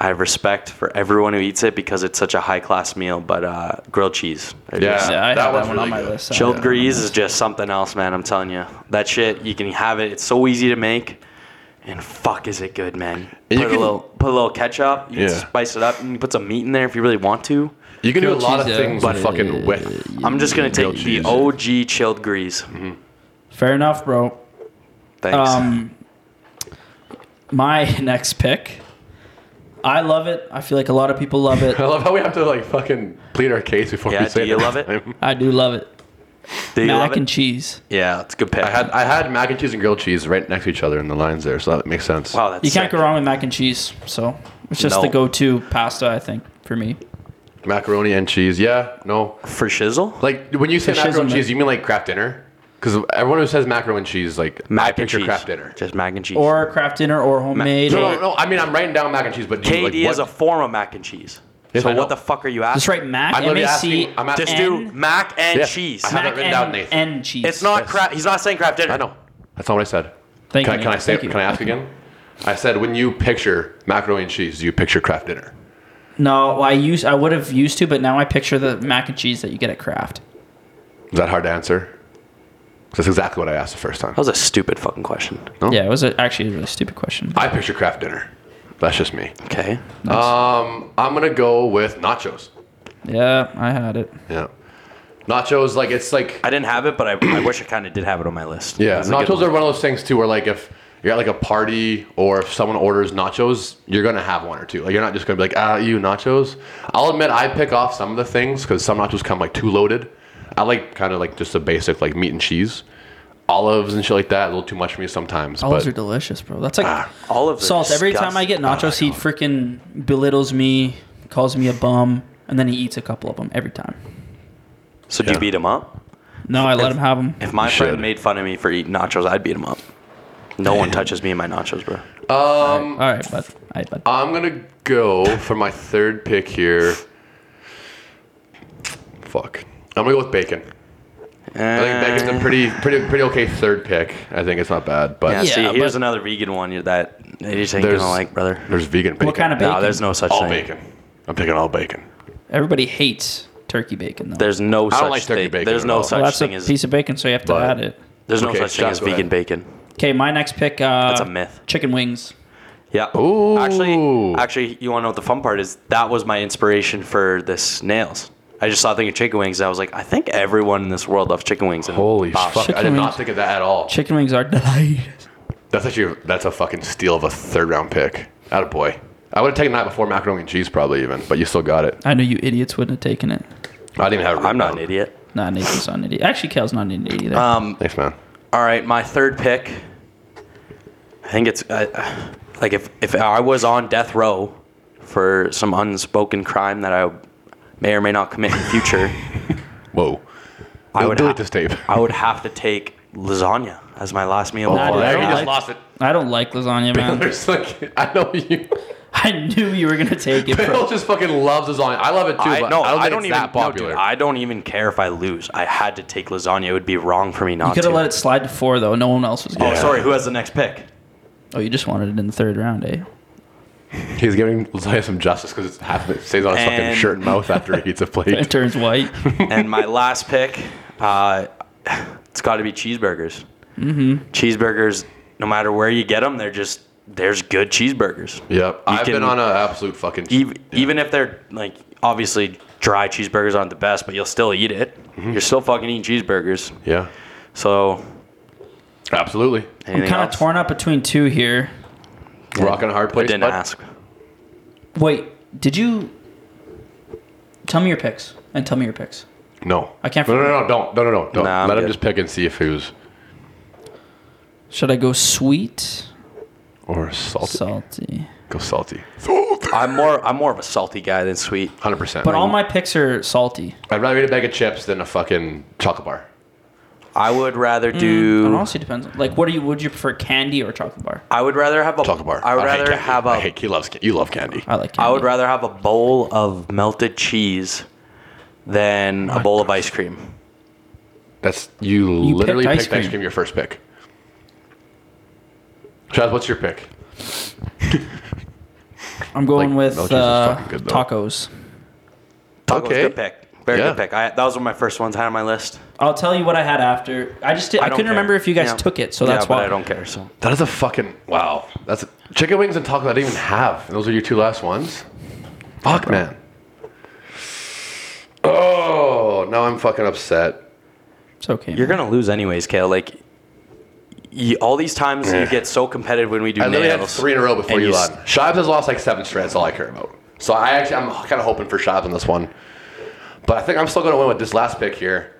A: I have respect for everyone who eats it because it's such a high class meal. But uh, grilled cheese, It
C: Yeah.
A: is-
B: Yeah, I
C: That
B: have that
C: one's
B: one on
C: really
B: my
C: good.
B: list.
A: chilled grease is just something else, man. I'm telling you, that shit you can have it. It's so easy to make, and fuck, is it good, man? Put
C: And you
A: a
C: can-
A: little, put a little ketchup. You
C: Yeah.
A: can spice it up. and You can put some meat in there if you really want to.
C: You can do a
B: Grilled
C: lot of
B: cheese, yeah.
C: things, but fucking with.
A: I'm just gonna
C: Grilled
A: take the
C: cheese. Mm-hmm.
A: OG chilled grease.
B: Fair enough, bro.
A: Thanks.
B: Um, my next pick. I love it. I feel like a lot of people love it.
C: I love how we have to like fucking plead our case before
A: Yeah,
C: we say
A: do you love
C: next
A: it?
C: time.
B: I do love it.
A: Do you love
B: Mac
A: it?
B: and cheese.
A: yeah, it's a good pick.
C: I had I had mac and cheese and grilled cheese right next to each other in the lines there, so that makes sense.
A: wow, that's
B: You can't
A: sick.
B: go wrong with mac and cheese. So it's just
A: No.
B: the go-to pasta, I think, for me.
C: Macaroni and cheese, yeah, no.
A: for shizzle.
C: Like when you say
B: Fascism,
C: macaroni and cheese,
B: man.
C: you mean like crap dinner? Because everyone who says macaroni and cheese, like I
A: Mac and
C: picture
A: cheese.
C: crap dinner.
A: Just mac and cheese.
B: Or craft dinner or homemade.
C: No,
B: or-
C: no, no. I mean, I'm writing down mac and cheese, but do you,
A: KD
C: like,
A: is a
C: what-
A: form of mac and cheese.
C: Yes,
A: so
C: I
A: what
C: know.
A: the fuck are you asking?
B: Just write mac.
C: I'm literally
B: M-A-C,
C: asking- I'm asking-
A: Just do
B: N-
A: mac and
C: Yeah,
A: cheese.
C: I have it
B: mac
C: written down,
B: and,
C: Nathan.
B: and cheese.
A: It's not
C: Yes.
A: crap. He's not saying craft dinner.
C: I know. That's not what I said.
B: Thank
C: Can I,
B: you,
C: can I
B: Nathan.
C: say?
B: Thank you.
C: Can I ask again? I said when you picture macaroni and cheese, do you picture craft dinner?
B: No, well, I use I would have used to, but now I picture the mac and cheese that you get at Kraft.
C: Is that hard to answer? 'Cause That's exactly what I asked the first time.
A: That was a stupid fucking question.
C: Oh.
B: Yeah, it was a, actually a really stupid question.
C: I picture craft dinner. That's just me.
A: Okay.
C: Um, I'm gonna go with nachos.
B: Yeah, I had it.
C: Yeah, nachos. Like it's like
A: I didn't have it, but I, I wish I kind of did have it on my list.
C: Yeah,
A: That's a good
C: nachos
A: one.
C: are one of those things too, where like if you're at like a party or if someone orders nachos, you're gonna have one or two. Like you're not just gonna be like, ah, you nachos. I'll admit I pick off some of the things because some nachos come like too loaded. I like kind of like just the basic like meat and cheese, olives and shit like that. A little too much for me sometimes,
B: Olives are
C: but
B: delicious, bro. That's like
A: Olives are
B: salt. Every time I
A: Ah, disgusting.
B: get nachos, he freaking belittles me, calls me a bum, and then he eats a couple of them every time.
A: So do you
C: Yeah.
A: beat him up?
B: No, I let him have them.
A: If my
C: You
A: friend
C: should.
A: made fun of me for eating nachos, I'd beat him up. No one touches me and my nachos, bro.
B: All right, bud. All right, bud.
C: I'm gonna go for my third pick here. Fuck, I'm gonna go with bacon. I think
A: Eh,
C: bacon's a pretty, pretty, pretty okay third pick. I think it's not bad, but
A: Yeah, see,
B: Yeah,
A: here's
B: but-
A: another vegan one you- that you just ain't
C: There's-
A: gonna like, brother.
C: there's vegan bacon.
B: What kind of bacon?
A: No, there's no such
C: all
A: thing.
C: bacon. I'm picking all bacon.
B: Everybody hates turkey bacon though.
A: There's no such
C: like turkey
A: thing.
C: bacon
A: There's
C: at
A: no
C: all.
A: such
B: well, that's a
A: thing as
B: piece of bacon, so you have to
C: But-
B: add it.
A: there's no
C: Okay,
A: such thing
C: Josh,
A: as
C: go ahead.
A: vegan bacon.
B: Okay, my next pick. Uh,
A: That's a myth.
B: Chicken wings.
A: Yeah.
C: Ooh.
A: Actually, actually, you want to know what the fun part is? That was my inspiration for this nails. I just saw a thing of chicken wings, and I was like, I think everyone in this world loves chicken wings. And
C: Holy
A: Bob-
C: fuck! I
B: chicken
C: did not
B: wings.
C: think of that at all.
B: Chicken wings are delicious.
C: That's actually that's a fucking steal of a third round pick. Out of boy. I would have taken that before macaroni and cheese, probably even. But you still got it.
B: I know you idiots wouldn't have taken it.
C: I didn't even have. It written
A: I'm not an
C: down.
A: idiot.
B: Nah, Nathan's not an idiot. Actually, Cal's not an idiot either.
A: Um,
C: Thanks, man.
A: all right, my third pick. I think it's uh, like if if I was on death row for some unspoken crime that I may or may not commit in the future,
C: Whoa.
A: I
C: I
A: would
C: would delete
A: ha-
C: this tape.
A: I would have to take lasagna as my last meal. before
B: I don't
A: I
C: there
A: got
C: you Oh, just
B: like-
C: lost it.
B: I don't like lasagna, man.
C: There's like I know you.
B: I knew you were gonna take it, bro.
C: Bill just fucking loves lasagna. I love it too,
A: I,
C: but
A: no,
C: I don't think
A: I don't even.
C: it's that
A: no, dude,
C: popular.
A: I don't even care if I lose. I had to take lasagna. It would be wrong for me not
B: You could
A: to.
B: have let it slide to four though. No one else was.
A: oh,
B: Gonna.
A: sorry. Who has the next pick?
B: Oh, you just wanted it in the third round, eh?
C: He's giving lasagna some justice because it's half it stays on his fucking
A: And-
C: shirt and mouth after he eats a
B: It
C: plate.
B: turns white.
A: and my last pick, uh, it's got to be cheeseburgers. Mm-hmm. Cheeseburgers, no matter where you get them, they're just there's good cheeseburgers.
C: yep, I've been
A: can-
C: on an absolute fucking.
A: Even, even if they're like obviously dry cheeseburgers aren't the best, but you'll still eat it. You're still fucking eating cheeseburgers.
C: yeah,
A: So
C: absolutely.
B: I'm
A: anything
B: kind of
A: else?
B: torn up between two here.
C: Rocking a hard
A: I
C: place.
A: didn't
C: bud.
A: ask.
B: Wait, did you tell me your picks and tell me your picks?
C: No,
B: I can't
C: No, no,
B: forget.
C: no, no, don't, no, no, no, don't.
A: Nah, I'm
C: Let him
A: good.
C: just pick and see if he was
B: Should I go sweet,
C: or salty.
B: salty?
C: Go salty.
A: I'm more I'm more of a salty guy than sweet.
C: Hundred percent.
B: But all my picks are salty.
C: I'd rather eat a bag of chips than a fucking chocolate bar.
A: I would rather
B: It
A: do.
B: honestly depends. Like, what do you would you prefer, candy or chocolate bar?
A: I would rather have a
C: Chocolate bar.
A: I would
C: hate
A: rather
C: candy.
A: have a
C: I hate, he loves. ca- You love candy.
B: I like. Candy.
A: I would rather have a bowl of melted cheese than a bowl of ice cream.
C: That's you,
B: You picked
C: literally picked,
B: ice
C: ice,
B: cream.
C: cream your first pick. Chaz, what's your pick?
B: I'm going
C: like,
B: with
C: Melch's is
B: uh,
C: fucking good, though.
B: tacos.
A: Tacos,
C: Okay.
A: good pick. Very
C: Yeah.
A: good pick. I, that was one of my first ones I had on my list.
B: I'll tell you what I had after. I just did, I,
A: don't
B: couldn't
A: care.
B: remember if you guys
A: Yeah.
B: took it, so
A: Yeah,
B: that's
A: but
B: why
A: I don't care. So
C: That is a fucking wow. That's chicken wings and tacos. I didn't even have. And those are your two last ones. Fuck, man. Oh, now I'm fucking upset.
B: It's okay.
A: you're
B: man.
A: gonna lose anyways, Kale. Like you, all these times you
C: Yeah.
A: get so competitive when we do
C: I literally had
A: nails.
C: three in a row before
A: and
C: you
A: you s-
C: lost. Shibes has lost like seven straight. That's all I care about. So I actually, I'm kind of hoping for Shibes on this one, but I think I'm still going to win with this last pick here,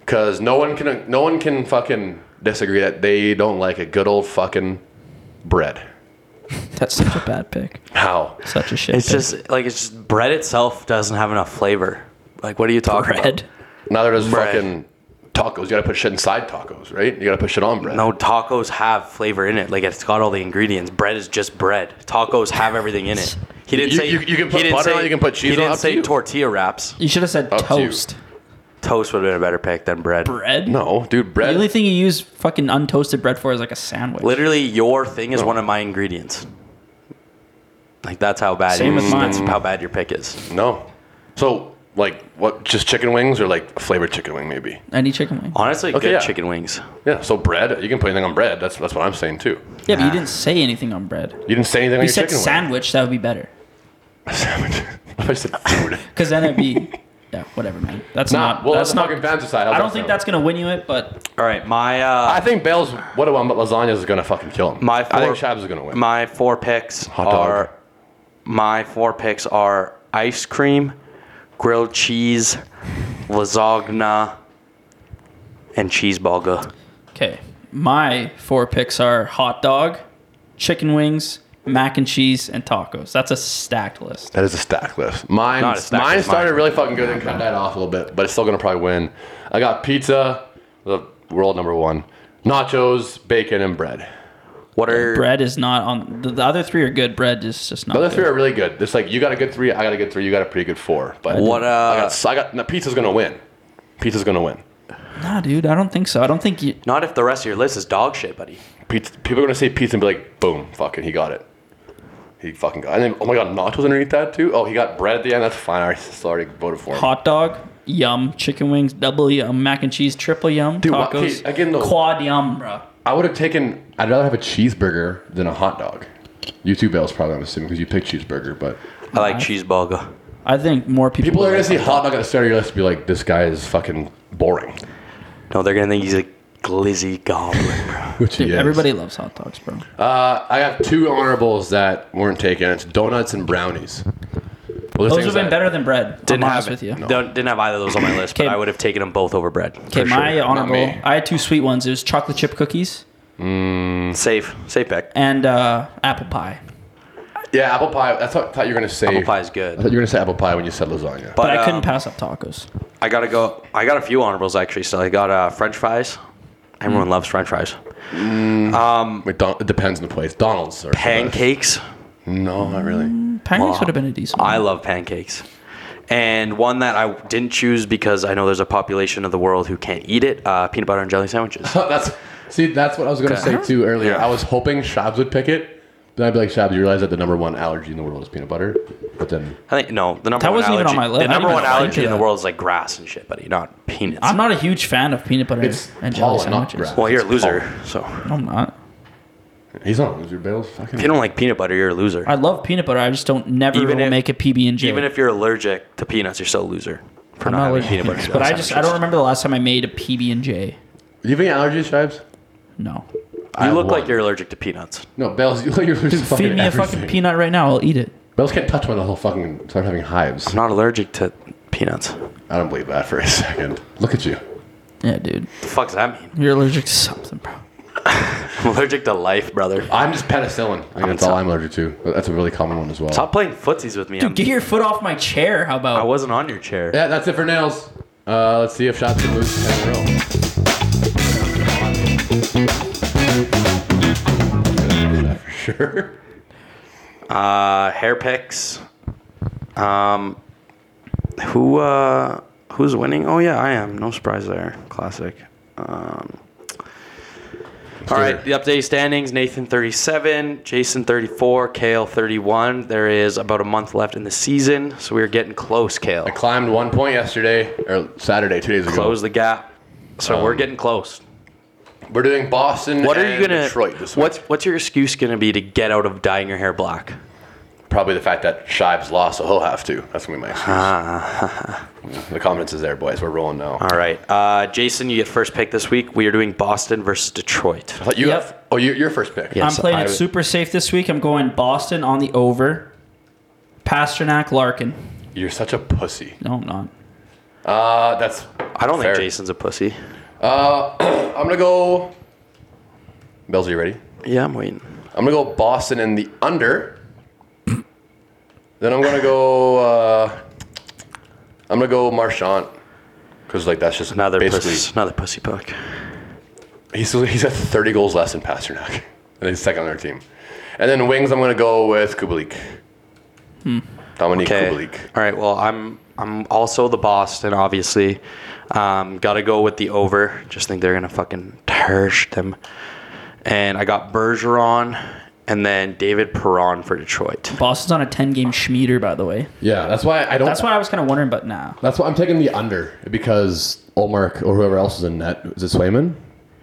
C: because no one can, no one can fucking disagree that they don't like a good old fucking bread.
B: That's such a bad pick.
C: How?
B: Such a shit.
A: It's
B: pick.
A: just like it's just bread itself doesn't have enough flavor. Like what are you talking
B: bread.
C: Neither does
A: Bread.
C: fucking tacos. You got to put shit inside tacos, right? You got to put shit on bread.
A: about? No tacos have flavor in it. Like it's got all the ingredients. Bread is just bread. Tacos have everything in it. He didn't
C: You-
A: say
C: you- you can
A: he
C: put
A: didn't
C: butter on it, you can put cheese
A: He
C: on it,
A: didn't
C: up to
A: say
C: you.
A: tortilla wraps.
B: You should have said
C: Up to you.
B: toast.
A: Toast would have been a better pick than bread.
B: Bread.
C: no, dude,
B: The
C: bread.
B: only thing you use fucking untoasted bread for is like a sandwich.
A: Literally, your thing is one of my ingredients. Like that's how bad.
B: Same
A: you-
B: with mine.
A: That's how bad your pick is.
C: No. So like, what? Just chicken wings or like a flavored chicken wing, maybe?
B: Any chicken wing.
A: Honestly,
C: Okay,
A: good
C: yeah.
A: chicken wings.
C: Yeah. So bread. You can put anything on bread. That's that's what I'm saying too.
B: Yeah, but you didn't say anything on bread.
C: You didn't say anything on
B: You
C: your
B: said
C: chicken wing.
B: sandwich. That would be better.
C: sandwich. I said food.
B: Because then it'd be. yeah, whatever, man. That's
C: nah,
B: not.
C: well,
B: that's
C: that's,
B: not.
C: fucking fancy side.
B: I don't think that's gonna win you it, but
A: All right, my uh,
C: I think Bale's what about lasagna is gonna fucking kill him.
A: my
C: I
A: four,
C: think Shabs is gonna win.
A: My four picks
C: Hot dog.
A: are my four picks are ice cream, grilled cheese, lasagna, and cheeseburger.
B: okay. My four picks are hot dog, chicken wings, mac and cheese, and tacos. That's a stacked list.
C: that is a stack list. Mine,
A: Not a stack
C: mine
A: list,
C: started
A: mine.
C: really fucking good and cut that off a little bit, but it's still gonna probably win. I got pizza, the world number one, nachos, bacon, and bread.
A: What are
B: Bread is not on. The, the other three are good. Bread is just not.
C: The other
B: good.
C: three are really good. It's like you got a good three, I got a good three, you got a pretty good four. But
A: What,
C: I
A: uh,
C: got, I got no, pizza's gonna win. Pizza's gonna win.
B: Nah, dude. I don't think so. I don't think you.
A: not if the rest of your list is dog shit, buddy.
C: Pizza, people are gonna say pizza and be like, boom, fucking, he got it. He fucking got. It. And then, oh my god, nachos underneath that too. Oh, he got bread at the end. That's fine. I already- already voted for him.
B: Hot dog, yum. Chicken wings, double yum. Mac and cheese, triple yum.
C: Dude, wha-
B: tacos,
C: okay, again, though-
B: quad yum, bro.
C: I would have taken. I'd rather have a cheeseburger than a hot dog. You two, Bale's probably. I'm assuming because you picked cheeseburger, but
A: I like cheeseburger.
B: I think more people.
C: people are
B: would
C: gonna
B: like
C: see hot dog at the start of your list and be like, this guy is fucking boring.
A: No, they're gonna think he's a glizzy goblin, bro.
C: Which
B: Dude, everybody loves hot dogs, bro.
C: Uh, I have two honorables that weren't taken. It's donuts and brownies. Well,
B: Those have been better than bread.
A: Didn't
B: I'm
A: have
B: honest with you.
A: don't- Didn't have either of those on my list, but
B: Okay.
A: I would have taken them both over bread.
B: Okay, my honorable.
C: me.
B: I had two sweet ones. It was chocolate chip cookies
C: Mm.
A: safe, safe pick.
B: and uh, apple pie.
C: Yeah, apple pie. That's what I thought you were gonna say.
A: Apple pie is
C: I
A: good,
C: thought you were gonna say apple pie when you said lasagna.
B: But, I
A: um,
B: couldn't pass up tacos.
A: I gotta go. I got a few honorables actually. So I got uh, French fries. Everyone
B: Mm.
A: loves French fries.
C: McDonald. It depends on the place. Donald's or
A: Pancakes.
C: No, not really.
B: Pancakes would have been a decent.
A: I
B: one.
A: love pancakes. And one that I didn't choose because I know there's a population of the world who can't eat it uh, peanut butter and jelly sandwiches.
C: that's see. That's what I was gonna say too earlier. I was hoping Shabs would pick it. Then I'd be like, Shabs, you realize that the number one allergy in the world is peanut butter? But then
A: I think, no, the number
B: That
A: one
B: wasn't even
A: allergy,
B: on my list.
A: The
B: I didn't
A: number
B: even
A: one
B: think
A: allergy
B: of
A: in the
B: that.
A: world is like grass and shit, buddy, not peanuts.
B: I'm not a huge fan of peanut butter
C: It's
B: and jelly
C: pollen, not
B: sandwiches.
A: well, you're a
C: it's
A: loser.
C: pollen.
A: So if
B: I'm not.
C: he's not lose your bills. Fucking
A: you don't like peanut butter, you're a loser.
B: I love peanut butter. I just don't never
A: Even
B: will
A: if-
B: make a PB and J.
A: Even if you're allergic to peanuts, you're still a loser for
B: I'm
A: not,
B: not
A: having peanut
B: allergic to
A: butter.
B: peanuts, but I just I don't remember the last time I made a PB and J.
C: Do you have any allergies, Shabs?
B: No.
A: You
C: I
A: look
C: have
A: like
C: one.
A: you're allergic to peanuts.
C: No, Bells, you look like you're losing fucking
B: Feed me a
C: everything.
B: fucking peanut right now. I'll eat it.
C: Bells can't touch one the whole fucking start having hives.
A: I'm not allergic to peanuts.
C: I don't believe that for a second. Look at you.
B: Yeah, dude.
A: The fuck does that mean?
B: You're allergic to something, bro.
A: I'm allergic to life, brother.
C: I'm just penicillin. I think that's all I'm allergic to. That's a really common one as well.
A: Stop playing footsies with me. I'm-
B: Dude, get your foot off my chair. How
A: I
B: about?
A: wasn't on your chair.
C: Yeah, that's it for nails. Uh, let's see if shots can lose 10 in a row. That for Sure.
A: Uh, hair picks. Um, who uh, who's winning? Oh yeah, I am. No surprise there. Classic. Um, all right, the update standings: Nathan thirty-seven, Jason thirty-four, Kale thirty-one. There is about a month left in the season, so we are getting close. Kale,
C: I climbed one point yesterday, or Saturday, two days ago.
A: close the gap. So we're getting close.
C: We're doing Boston
A: What are
C: and
A: you gonna?
C: Detroit this week.
A: what's what's your excuse gonna be to get out of dyeing your hair black?
C: Probably the fact that Shives lost, so he'll have to. That's going to be my excuse. the confidence is there, boys. We're rolling now.
A: Ah. All right, uh, Jason, you get first pick this week. We are doing Boston versus Detroit.
C: But you
B: Yep.
C: have, oh, you, your first pick.
A: Yeah.
B: I'm
A: Yes,
B: playing
A: I
B: it
A: would-
B: super safe this week. I'm going Boston on the over. Pasternak, Larkin.
C: You're such a pussy.
B: No, I'm not.
C: Uh, that's.
A: I don't
C: Fair.
A: think Jason's a pussy.
C: I'm gonna go. Bells, are you ready?
A: Yeah, I'm waiting.
C: I'm gonna go Boston in the under. then I'm gonna go. Uh, I'm gonna go Marchant, because like that's just
A: Another
C: basically
A: pussy, another pussy puck.
C: he's he's at 30 goals less than Pasternak, and he's second on their team. And then wings, I'm gonna go with Kubalik.
B: Hmm.
C: Dominique
A: Okay.
C: Kubalik.
A: All right. Well, I'm I'm also the Boston, obviously. Um, Got to go with the over. Just think they're gonna fucking tersh them. And I got Bergeron, and then David Perron for Detroit.
B: Boston's on a 10 game schmeeder, by the way.
C: Yeah, that's why I don't.
B: That's why I was kind of wondering, but nah.
C: That's why I'm taking the under because Olmark or whoever else is in net. Is it Swayman?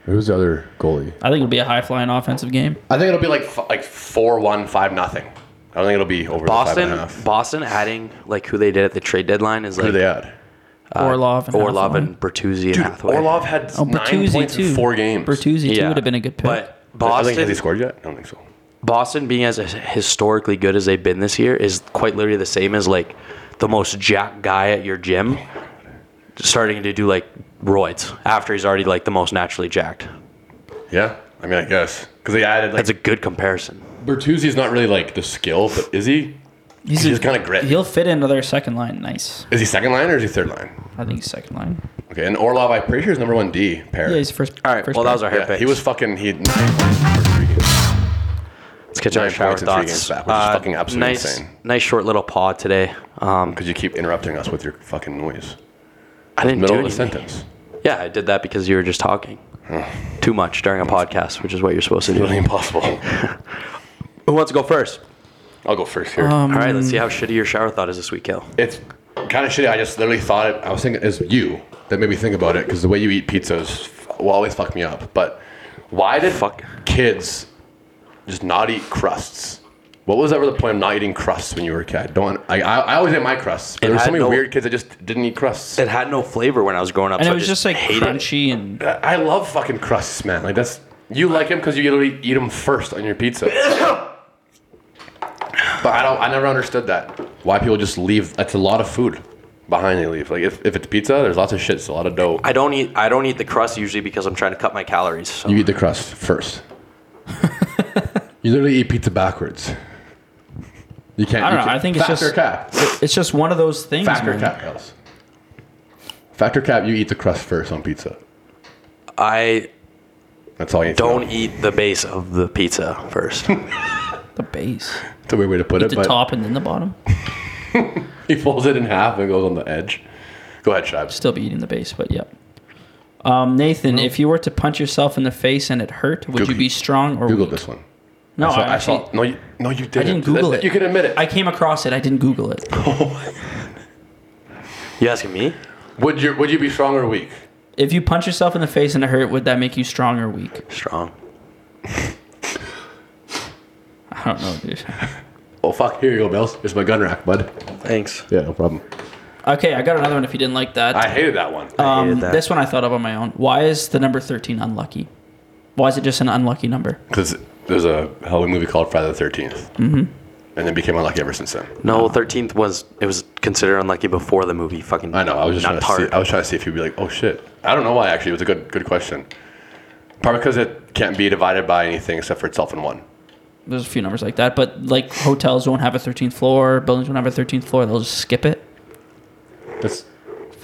C: Who's the other goalie?
B: I think it'll be a high flying offensive game.
C: I think it'll be like f- like four one five nothing. I don't think it'll be over The
A: Boston,
C: five and a half.
A: Boston adding like who they did at the trade deadline is
C: Who
A: like
C: they had?
B: Orlov and
A: Uh, Orlov
B: Hathaway.
A: and Bertuzzi and Hathaway.
C: Orlov had
B: Oh,
C: nine
B: Bertuzzi
C: points
B: too.
C: in four games.
B: Bertuzzi too
A: Yeah.
B: would have been a good pick.
A: But
C: I think, has he
A: Boston,
C: scored yet? I don't think so.
A: Boston being as historically good as they've been this year is quite literally the same as like the most jack guy at your gym starting to do like roids after he's already like the most naturally jacked.
C: Yeah, I mean, I guess because they added like
A: That's a good comparison.
C: Bertuzzi's not really like the skill, but is he?
B: he's,
C: he's kinda grit.
B: He'll fit into their second line. Nice.
C: Is he second line or is he third line?
B: I think he's second line.
C: Okay, and Orlov, I'm pretty sure is number one D pair.
B: Yeah, he's first.
A: All right.
B: first
A: well, that
B: pick.
A: was our hair
C: Yeah,
A: pick.
C: he was fucking he had nine points in the first three games.
A: Let's get to our
C: nine
A: shower
C: points
A: thoughts.
C: in three
A: Uh,
C: games back, which is fucking absolutely
A: nice,
C: insane.
A: nice short little pod today. Um,
C: Because you keep interrupting us with your fucking noise.
A: I didn't
C: Middle
A: do
C: of a
A: anything.
C: sentence.
A: Yeah, I did that because you were just talking too much during a podcast, which is what you're supposed to
C: Really
A: do.
C: impossible.
A: Who wants to go first?
C: I'll go first here.
B: Um,
A: All right. Let's see
B: Mm.
A: how shitty your shower thought is this week, Hill.
C: it's kind of shitty. I just literally thought it. I was thinking it's you that made me think about it because the way you eat pizzas will always fuck me up. But why did
A: Fuck.
C: kids just not eat crusts? What was ever the point of not eating crusts when you were a kid? I Don't I? I, I always ate my crusts. But
A: It
C: there were so
A: had
C: many
A: no-
C: weird kids that just didn't eat crusts.
A: It had no flavor when I was growing up.
B: And
A: so
B: it was
A: I
B: just, like
A: hated it.
B: crunchy and
C: I I love fucking crusts, man. Like that's you like them because you literally eat them first on your pizza. but I don't. I never understood that. Why people just leave? That's a lot of food behind they leave. Like if, if it's pizza, there's lots of shit. It's a lot of dough.
A: I don't eat. I don't eat the crust usually because I'm trying to cut my calories. So.
C: You eat the crust first. you literally eat pizza backwards. You can't.
B: I don't
C: you
B: know,
C: can't-
B: I think it's
C: factor
B: just-
C: cap.
B: it's just one of those things.
C: Factor
B: man.
C: cap. Else. Factor cap. You eat the crust first on pizza.
A: I
C: That's all you need
A: Don't
C: to know.
A: eat the base of the pizza first.
B: The base,
C: It's a weird way to put it,
B: the
C: but
B: top, and then the bottom.
C: he folds it in half and goes on the edge. Go ahead, Shabs.
B: Still be eating the base, but yep. Um, Nathan, if you were to punch yourself in the face and it hurt, would
C: Google-
B: you be strong or
C: Google
B: weak?
C: this one.
B: No,
C: So
B: Oh, I, actually, I,
C: saw, no, you, no, you didn't.
B: didn't Google
C: That's-
B: it.
C: You can admit it.
B: came across it. I didn't Google it.
A: You asking me?
C: would you Would you be strong or weak?
B: If you punch yourself in the face and it hurt, would that make you strong or weak?
A: Strong.
B: I don't know, dude.
C: Oh fuck! Here you go, Bells. Here's my gun rack, bud.
A: Thanks.
C: Yeah, no problem.
B: Okay, I got another one. If you didn't like that,
C: I hated that one.
A: I hated
B: um,
A: that.
B: this one I thought of on my own. Why is the number thirteen unlucky? Why is it just an unlucky number?
C: Because there's a Halloween movie called Friday the Thirteenth, mm-hmm. and it became unlucky ever since then.
A: No, thirteenth was it was considered unlucky before the movie. Fucking.
C: I know. I was just trying
A: not
C: to see,
A: tart.
C: I was trying to see if you'd be like, oh shit. I don't know why. Actually, it was a good good question. Probably because it can't be divided by anything except for itself and one.
B: There's a few numbers like that, but like hotels won't have a thirteenth floor, buildings won't have a thirteenth floor. They'll just skip it.
C: That's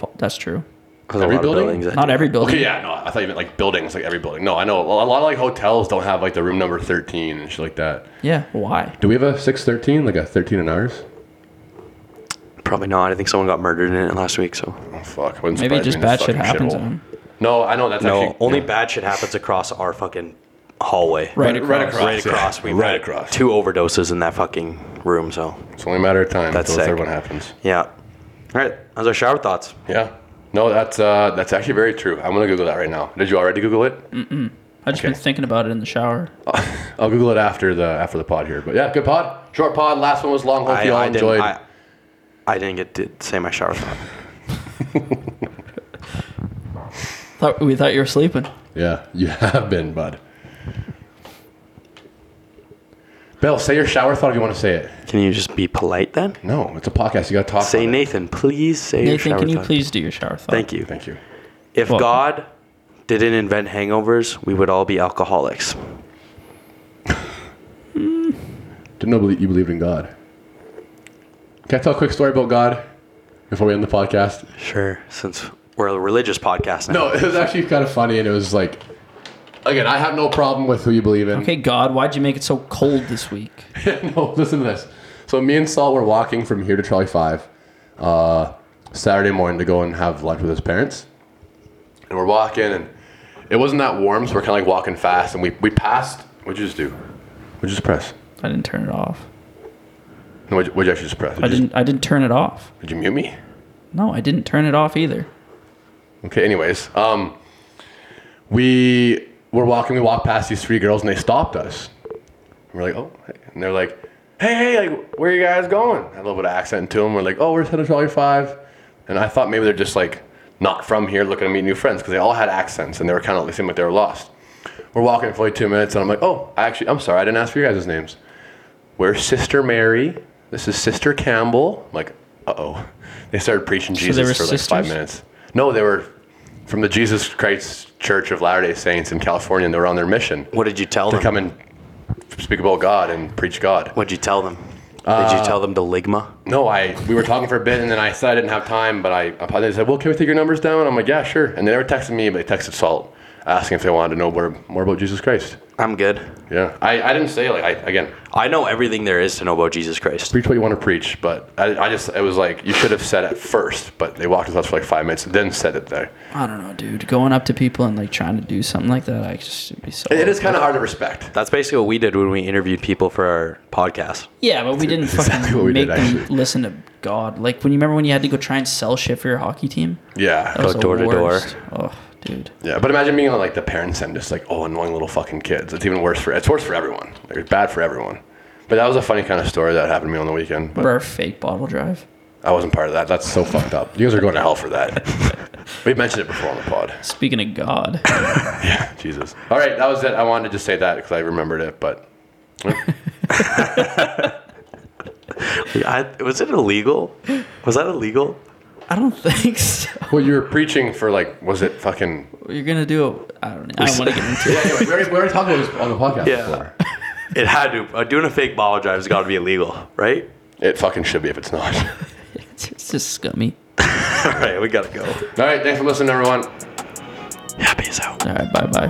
B: F- That's true.
A: 'Cause a
C: Every
A: lot of
C: building?
A: buildings.
B: Not every building.
C: okay. Yeah, no. I thought you meant like buildings, like every building. No, I know a lot of like hotels don't have like the room number thirteen and shit like that.
B: Yeah. Why?
C: Do we have a six thirteen, like a thirteen in ours?
A: Probably not. I think someone got murdered in it last week. So
C: Oh fuck! Wouldn't
B: Maybe
C: surprise
B: just
C: me in this
B: bad shit
C: fucking
B: happens.
C: shithole.
B: in them.
C: No, I know that's
A: no,
C: actually
A: only
C: yeah.
A: bad shit happens across our fucking hallway.
B: Right
C: Right
B: across.
C: across.
A: Right across.
C: yeah.
A: We've
C: right
A: had
C: across.
A: Two overdoses in that fucking room. So
C: It's only a matter of time
A: That's
C: until the
A: sick.
C: third one happens.
A: yeah. All right. Those are shower thoughts.
C: Yeah. No, that's uh, that's actually very true. I'm gonna Google that right now. Did you already Google it?
B: Mm. I just been
C: Okay. Uh,
B: thinking about it in the shower.
C: I'll Google it after the after the pod here. But yeah, good pod. Short pod. Last one was long. Hope
A: I,
C: you all
A: I didn't.
C: enjoyed.
A: I, I didn't get to say my shower thought.
B: Thought, we thought you were sleeping.
C: yeah, you have been, bud. Bill, say your shower thought if you want to say it.
A: Can you just be polite then?
C: No, it's a podcast. You got to talk.
A: Say
C: on it.
A: Nathan, please say your
B: Nathan,
A: shower
B: can you
A: thought.
B: please do your shower thought?
A: Thank you.
C: Thank you.
A: If
B: Welcome.
A: God didn't invent hangovers, we would all be alcoholics.
C: Didn't know belie- you believed in God. Can I tell a quick story about God before we end the podcast?
A: Sure. Since we're a religious podcast now.
C: No, it was actually kind of funny, and it was like, again, I have no problem with who you believe in.
B: Okay, God, why'd you make it so cold this week?
C: no, listen to this. So me and Saul were walking from here to Trolley Five uh, Saturday morning to go and have lunch with his parents, and we're walking, and it wasn't that warm, so we're kind of like walking fast, and we we passed. What'd you just do? What'd you just press?
B: I didn't turn it off.
C: No, what'd you, what'd you actually just press? Did
B: I
C: you,
B: didn't. I didn't turn it off.
C: did you mute me?
B: No, I didn't turn it off either.
C: Okay. Anyways, um, we were walking. We walked past these three girls, and they stopped us. And we're like, oh, hey. and they're like, hey, hey, like, where you guys going? Had a little bit of accent to them. We're like, oh, we're just headed to Trolley Five. And I thought maybe they're just like not from here, looking to meet new friends because they all had accents and they were kind of they seemed like they were lost. We're walking for like two minutes, and I'm like, oh, I actually, I'm sorry, I didn't ask for you guys' names. We're Sister Mary. This is Sister Campbell. I'm like, uh oh. They started preaching
B: they
C: Jesus
B: were
C: for like
B: sisters?
C: five minutes. No, they were from the Jesus Christ Church of Latter day Saints in California, and they were on their mission
A: What did you tell
C: to
A: them?
C: come and speak about God and preach God.
A: What did you tell them? did
C: Uh,
A: you tell them to ligma?
C: No, I we were talking for a bit, and then I said I didn't have time, but I, I they said, "Well, can we take your numbers down?" I'm like, "Yeah, sure." And they never texted me, but they texted Salt, asking if they wanted to know more, more about Jesus Christ.
A: I'm good.
C: Yeah, I, I didn't say like I again
A: I know everything there is to know about Jesus Christ.
C: preach what you want to preach, but I, I just it was like you should have said it first, but they walked with us for like five minutes, and then said it there.
B: I don't know, dude. Going up to people and like trying to do something like that, I just it'd be so.
C: It is kind of hard to respect.
A: That's basically what we did when we interviewed people for our podcast.
B: Yeah, but we didn't fucking
C: exactly what we
B: make
C: did,
B: them
C: actually.
B: listen to God. Like when you remember when you had to go try and sell shit for your hockey team.
C: Yeah,
B: That was
A: Go
B: the
A: door to door.
B: worst. Oh, dude.
C: Yeah, but imagine being on like the parents end, just like oh, annoying little fucking kids. It's even worse for it's worse for everyone. Like, it's bad for everyone. But that was a funny kind of story that happened to me on the weekend. But
B: Remember our fake bottle drive?
C: I wasn't part of that. That's so fucked up. You guys are going to hell for that. We've mentioned it before on the pod.
B: Speaking of God,
C: Jesus. All right, that was it. I wanted to just say that because I remembered it. But
A: I, was it illegal? Was that illegal?
B: I don't think so.
C: well, you were preaching for like, was it fucking?
B: You're gonna do a. I don't know. I don't want to get into it.
C: Anyway, we already, we already talked about this on the podcast
A: Yeah. It had to. Uh, doing a fake ball drive has got to be illegal, right?
C: It fucking should be if it's not.
B: It's it's just scummy.
A: All right, we gotta go.
C: All right, thanks for listening, everyone.
A: Yeah, peace out.
B: All right, bye bye.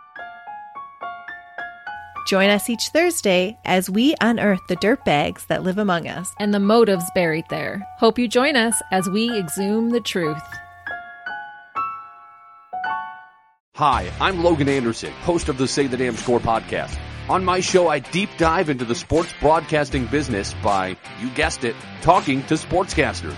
D: Join us each Thursday as we unearth the dirtbags that live among us.
E: and the motives buried there. Hope you join us as we exhume the truth.
F: Hi, I'm Logan Anderson, host of the Say the Damn Score podcast. On my show, I deep dive into the sports broadcasting business by, you guessed it, talking to sportscasters.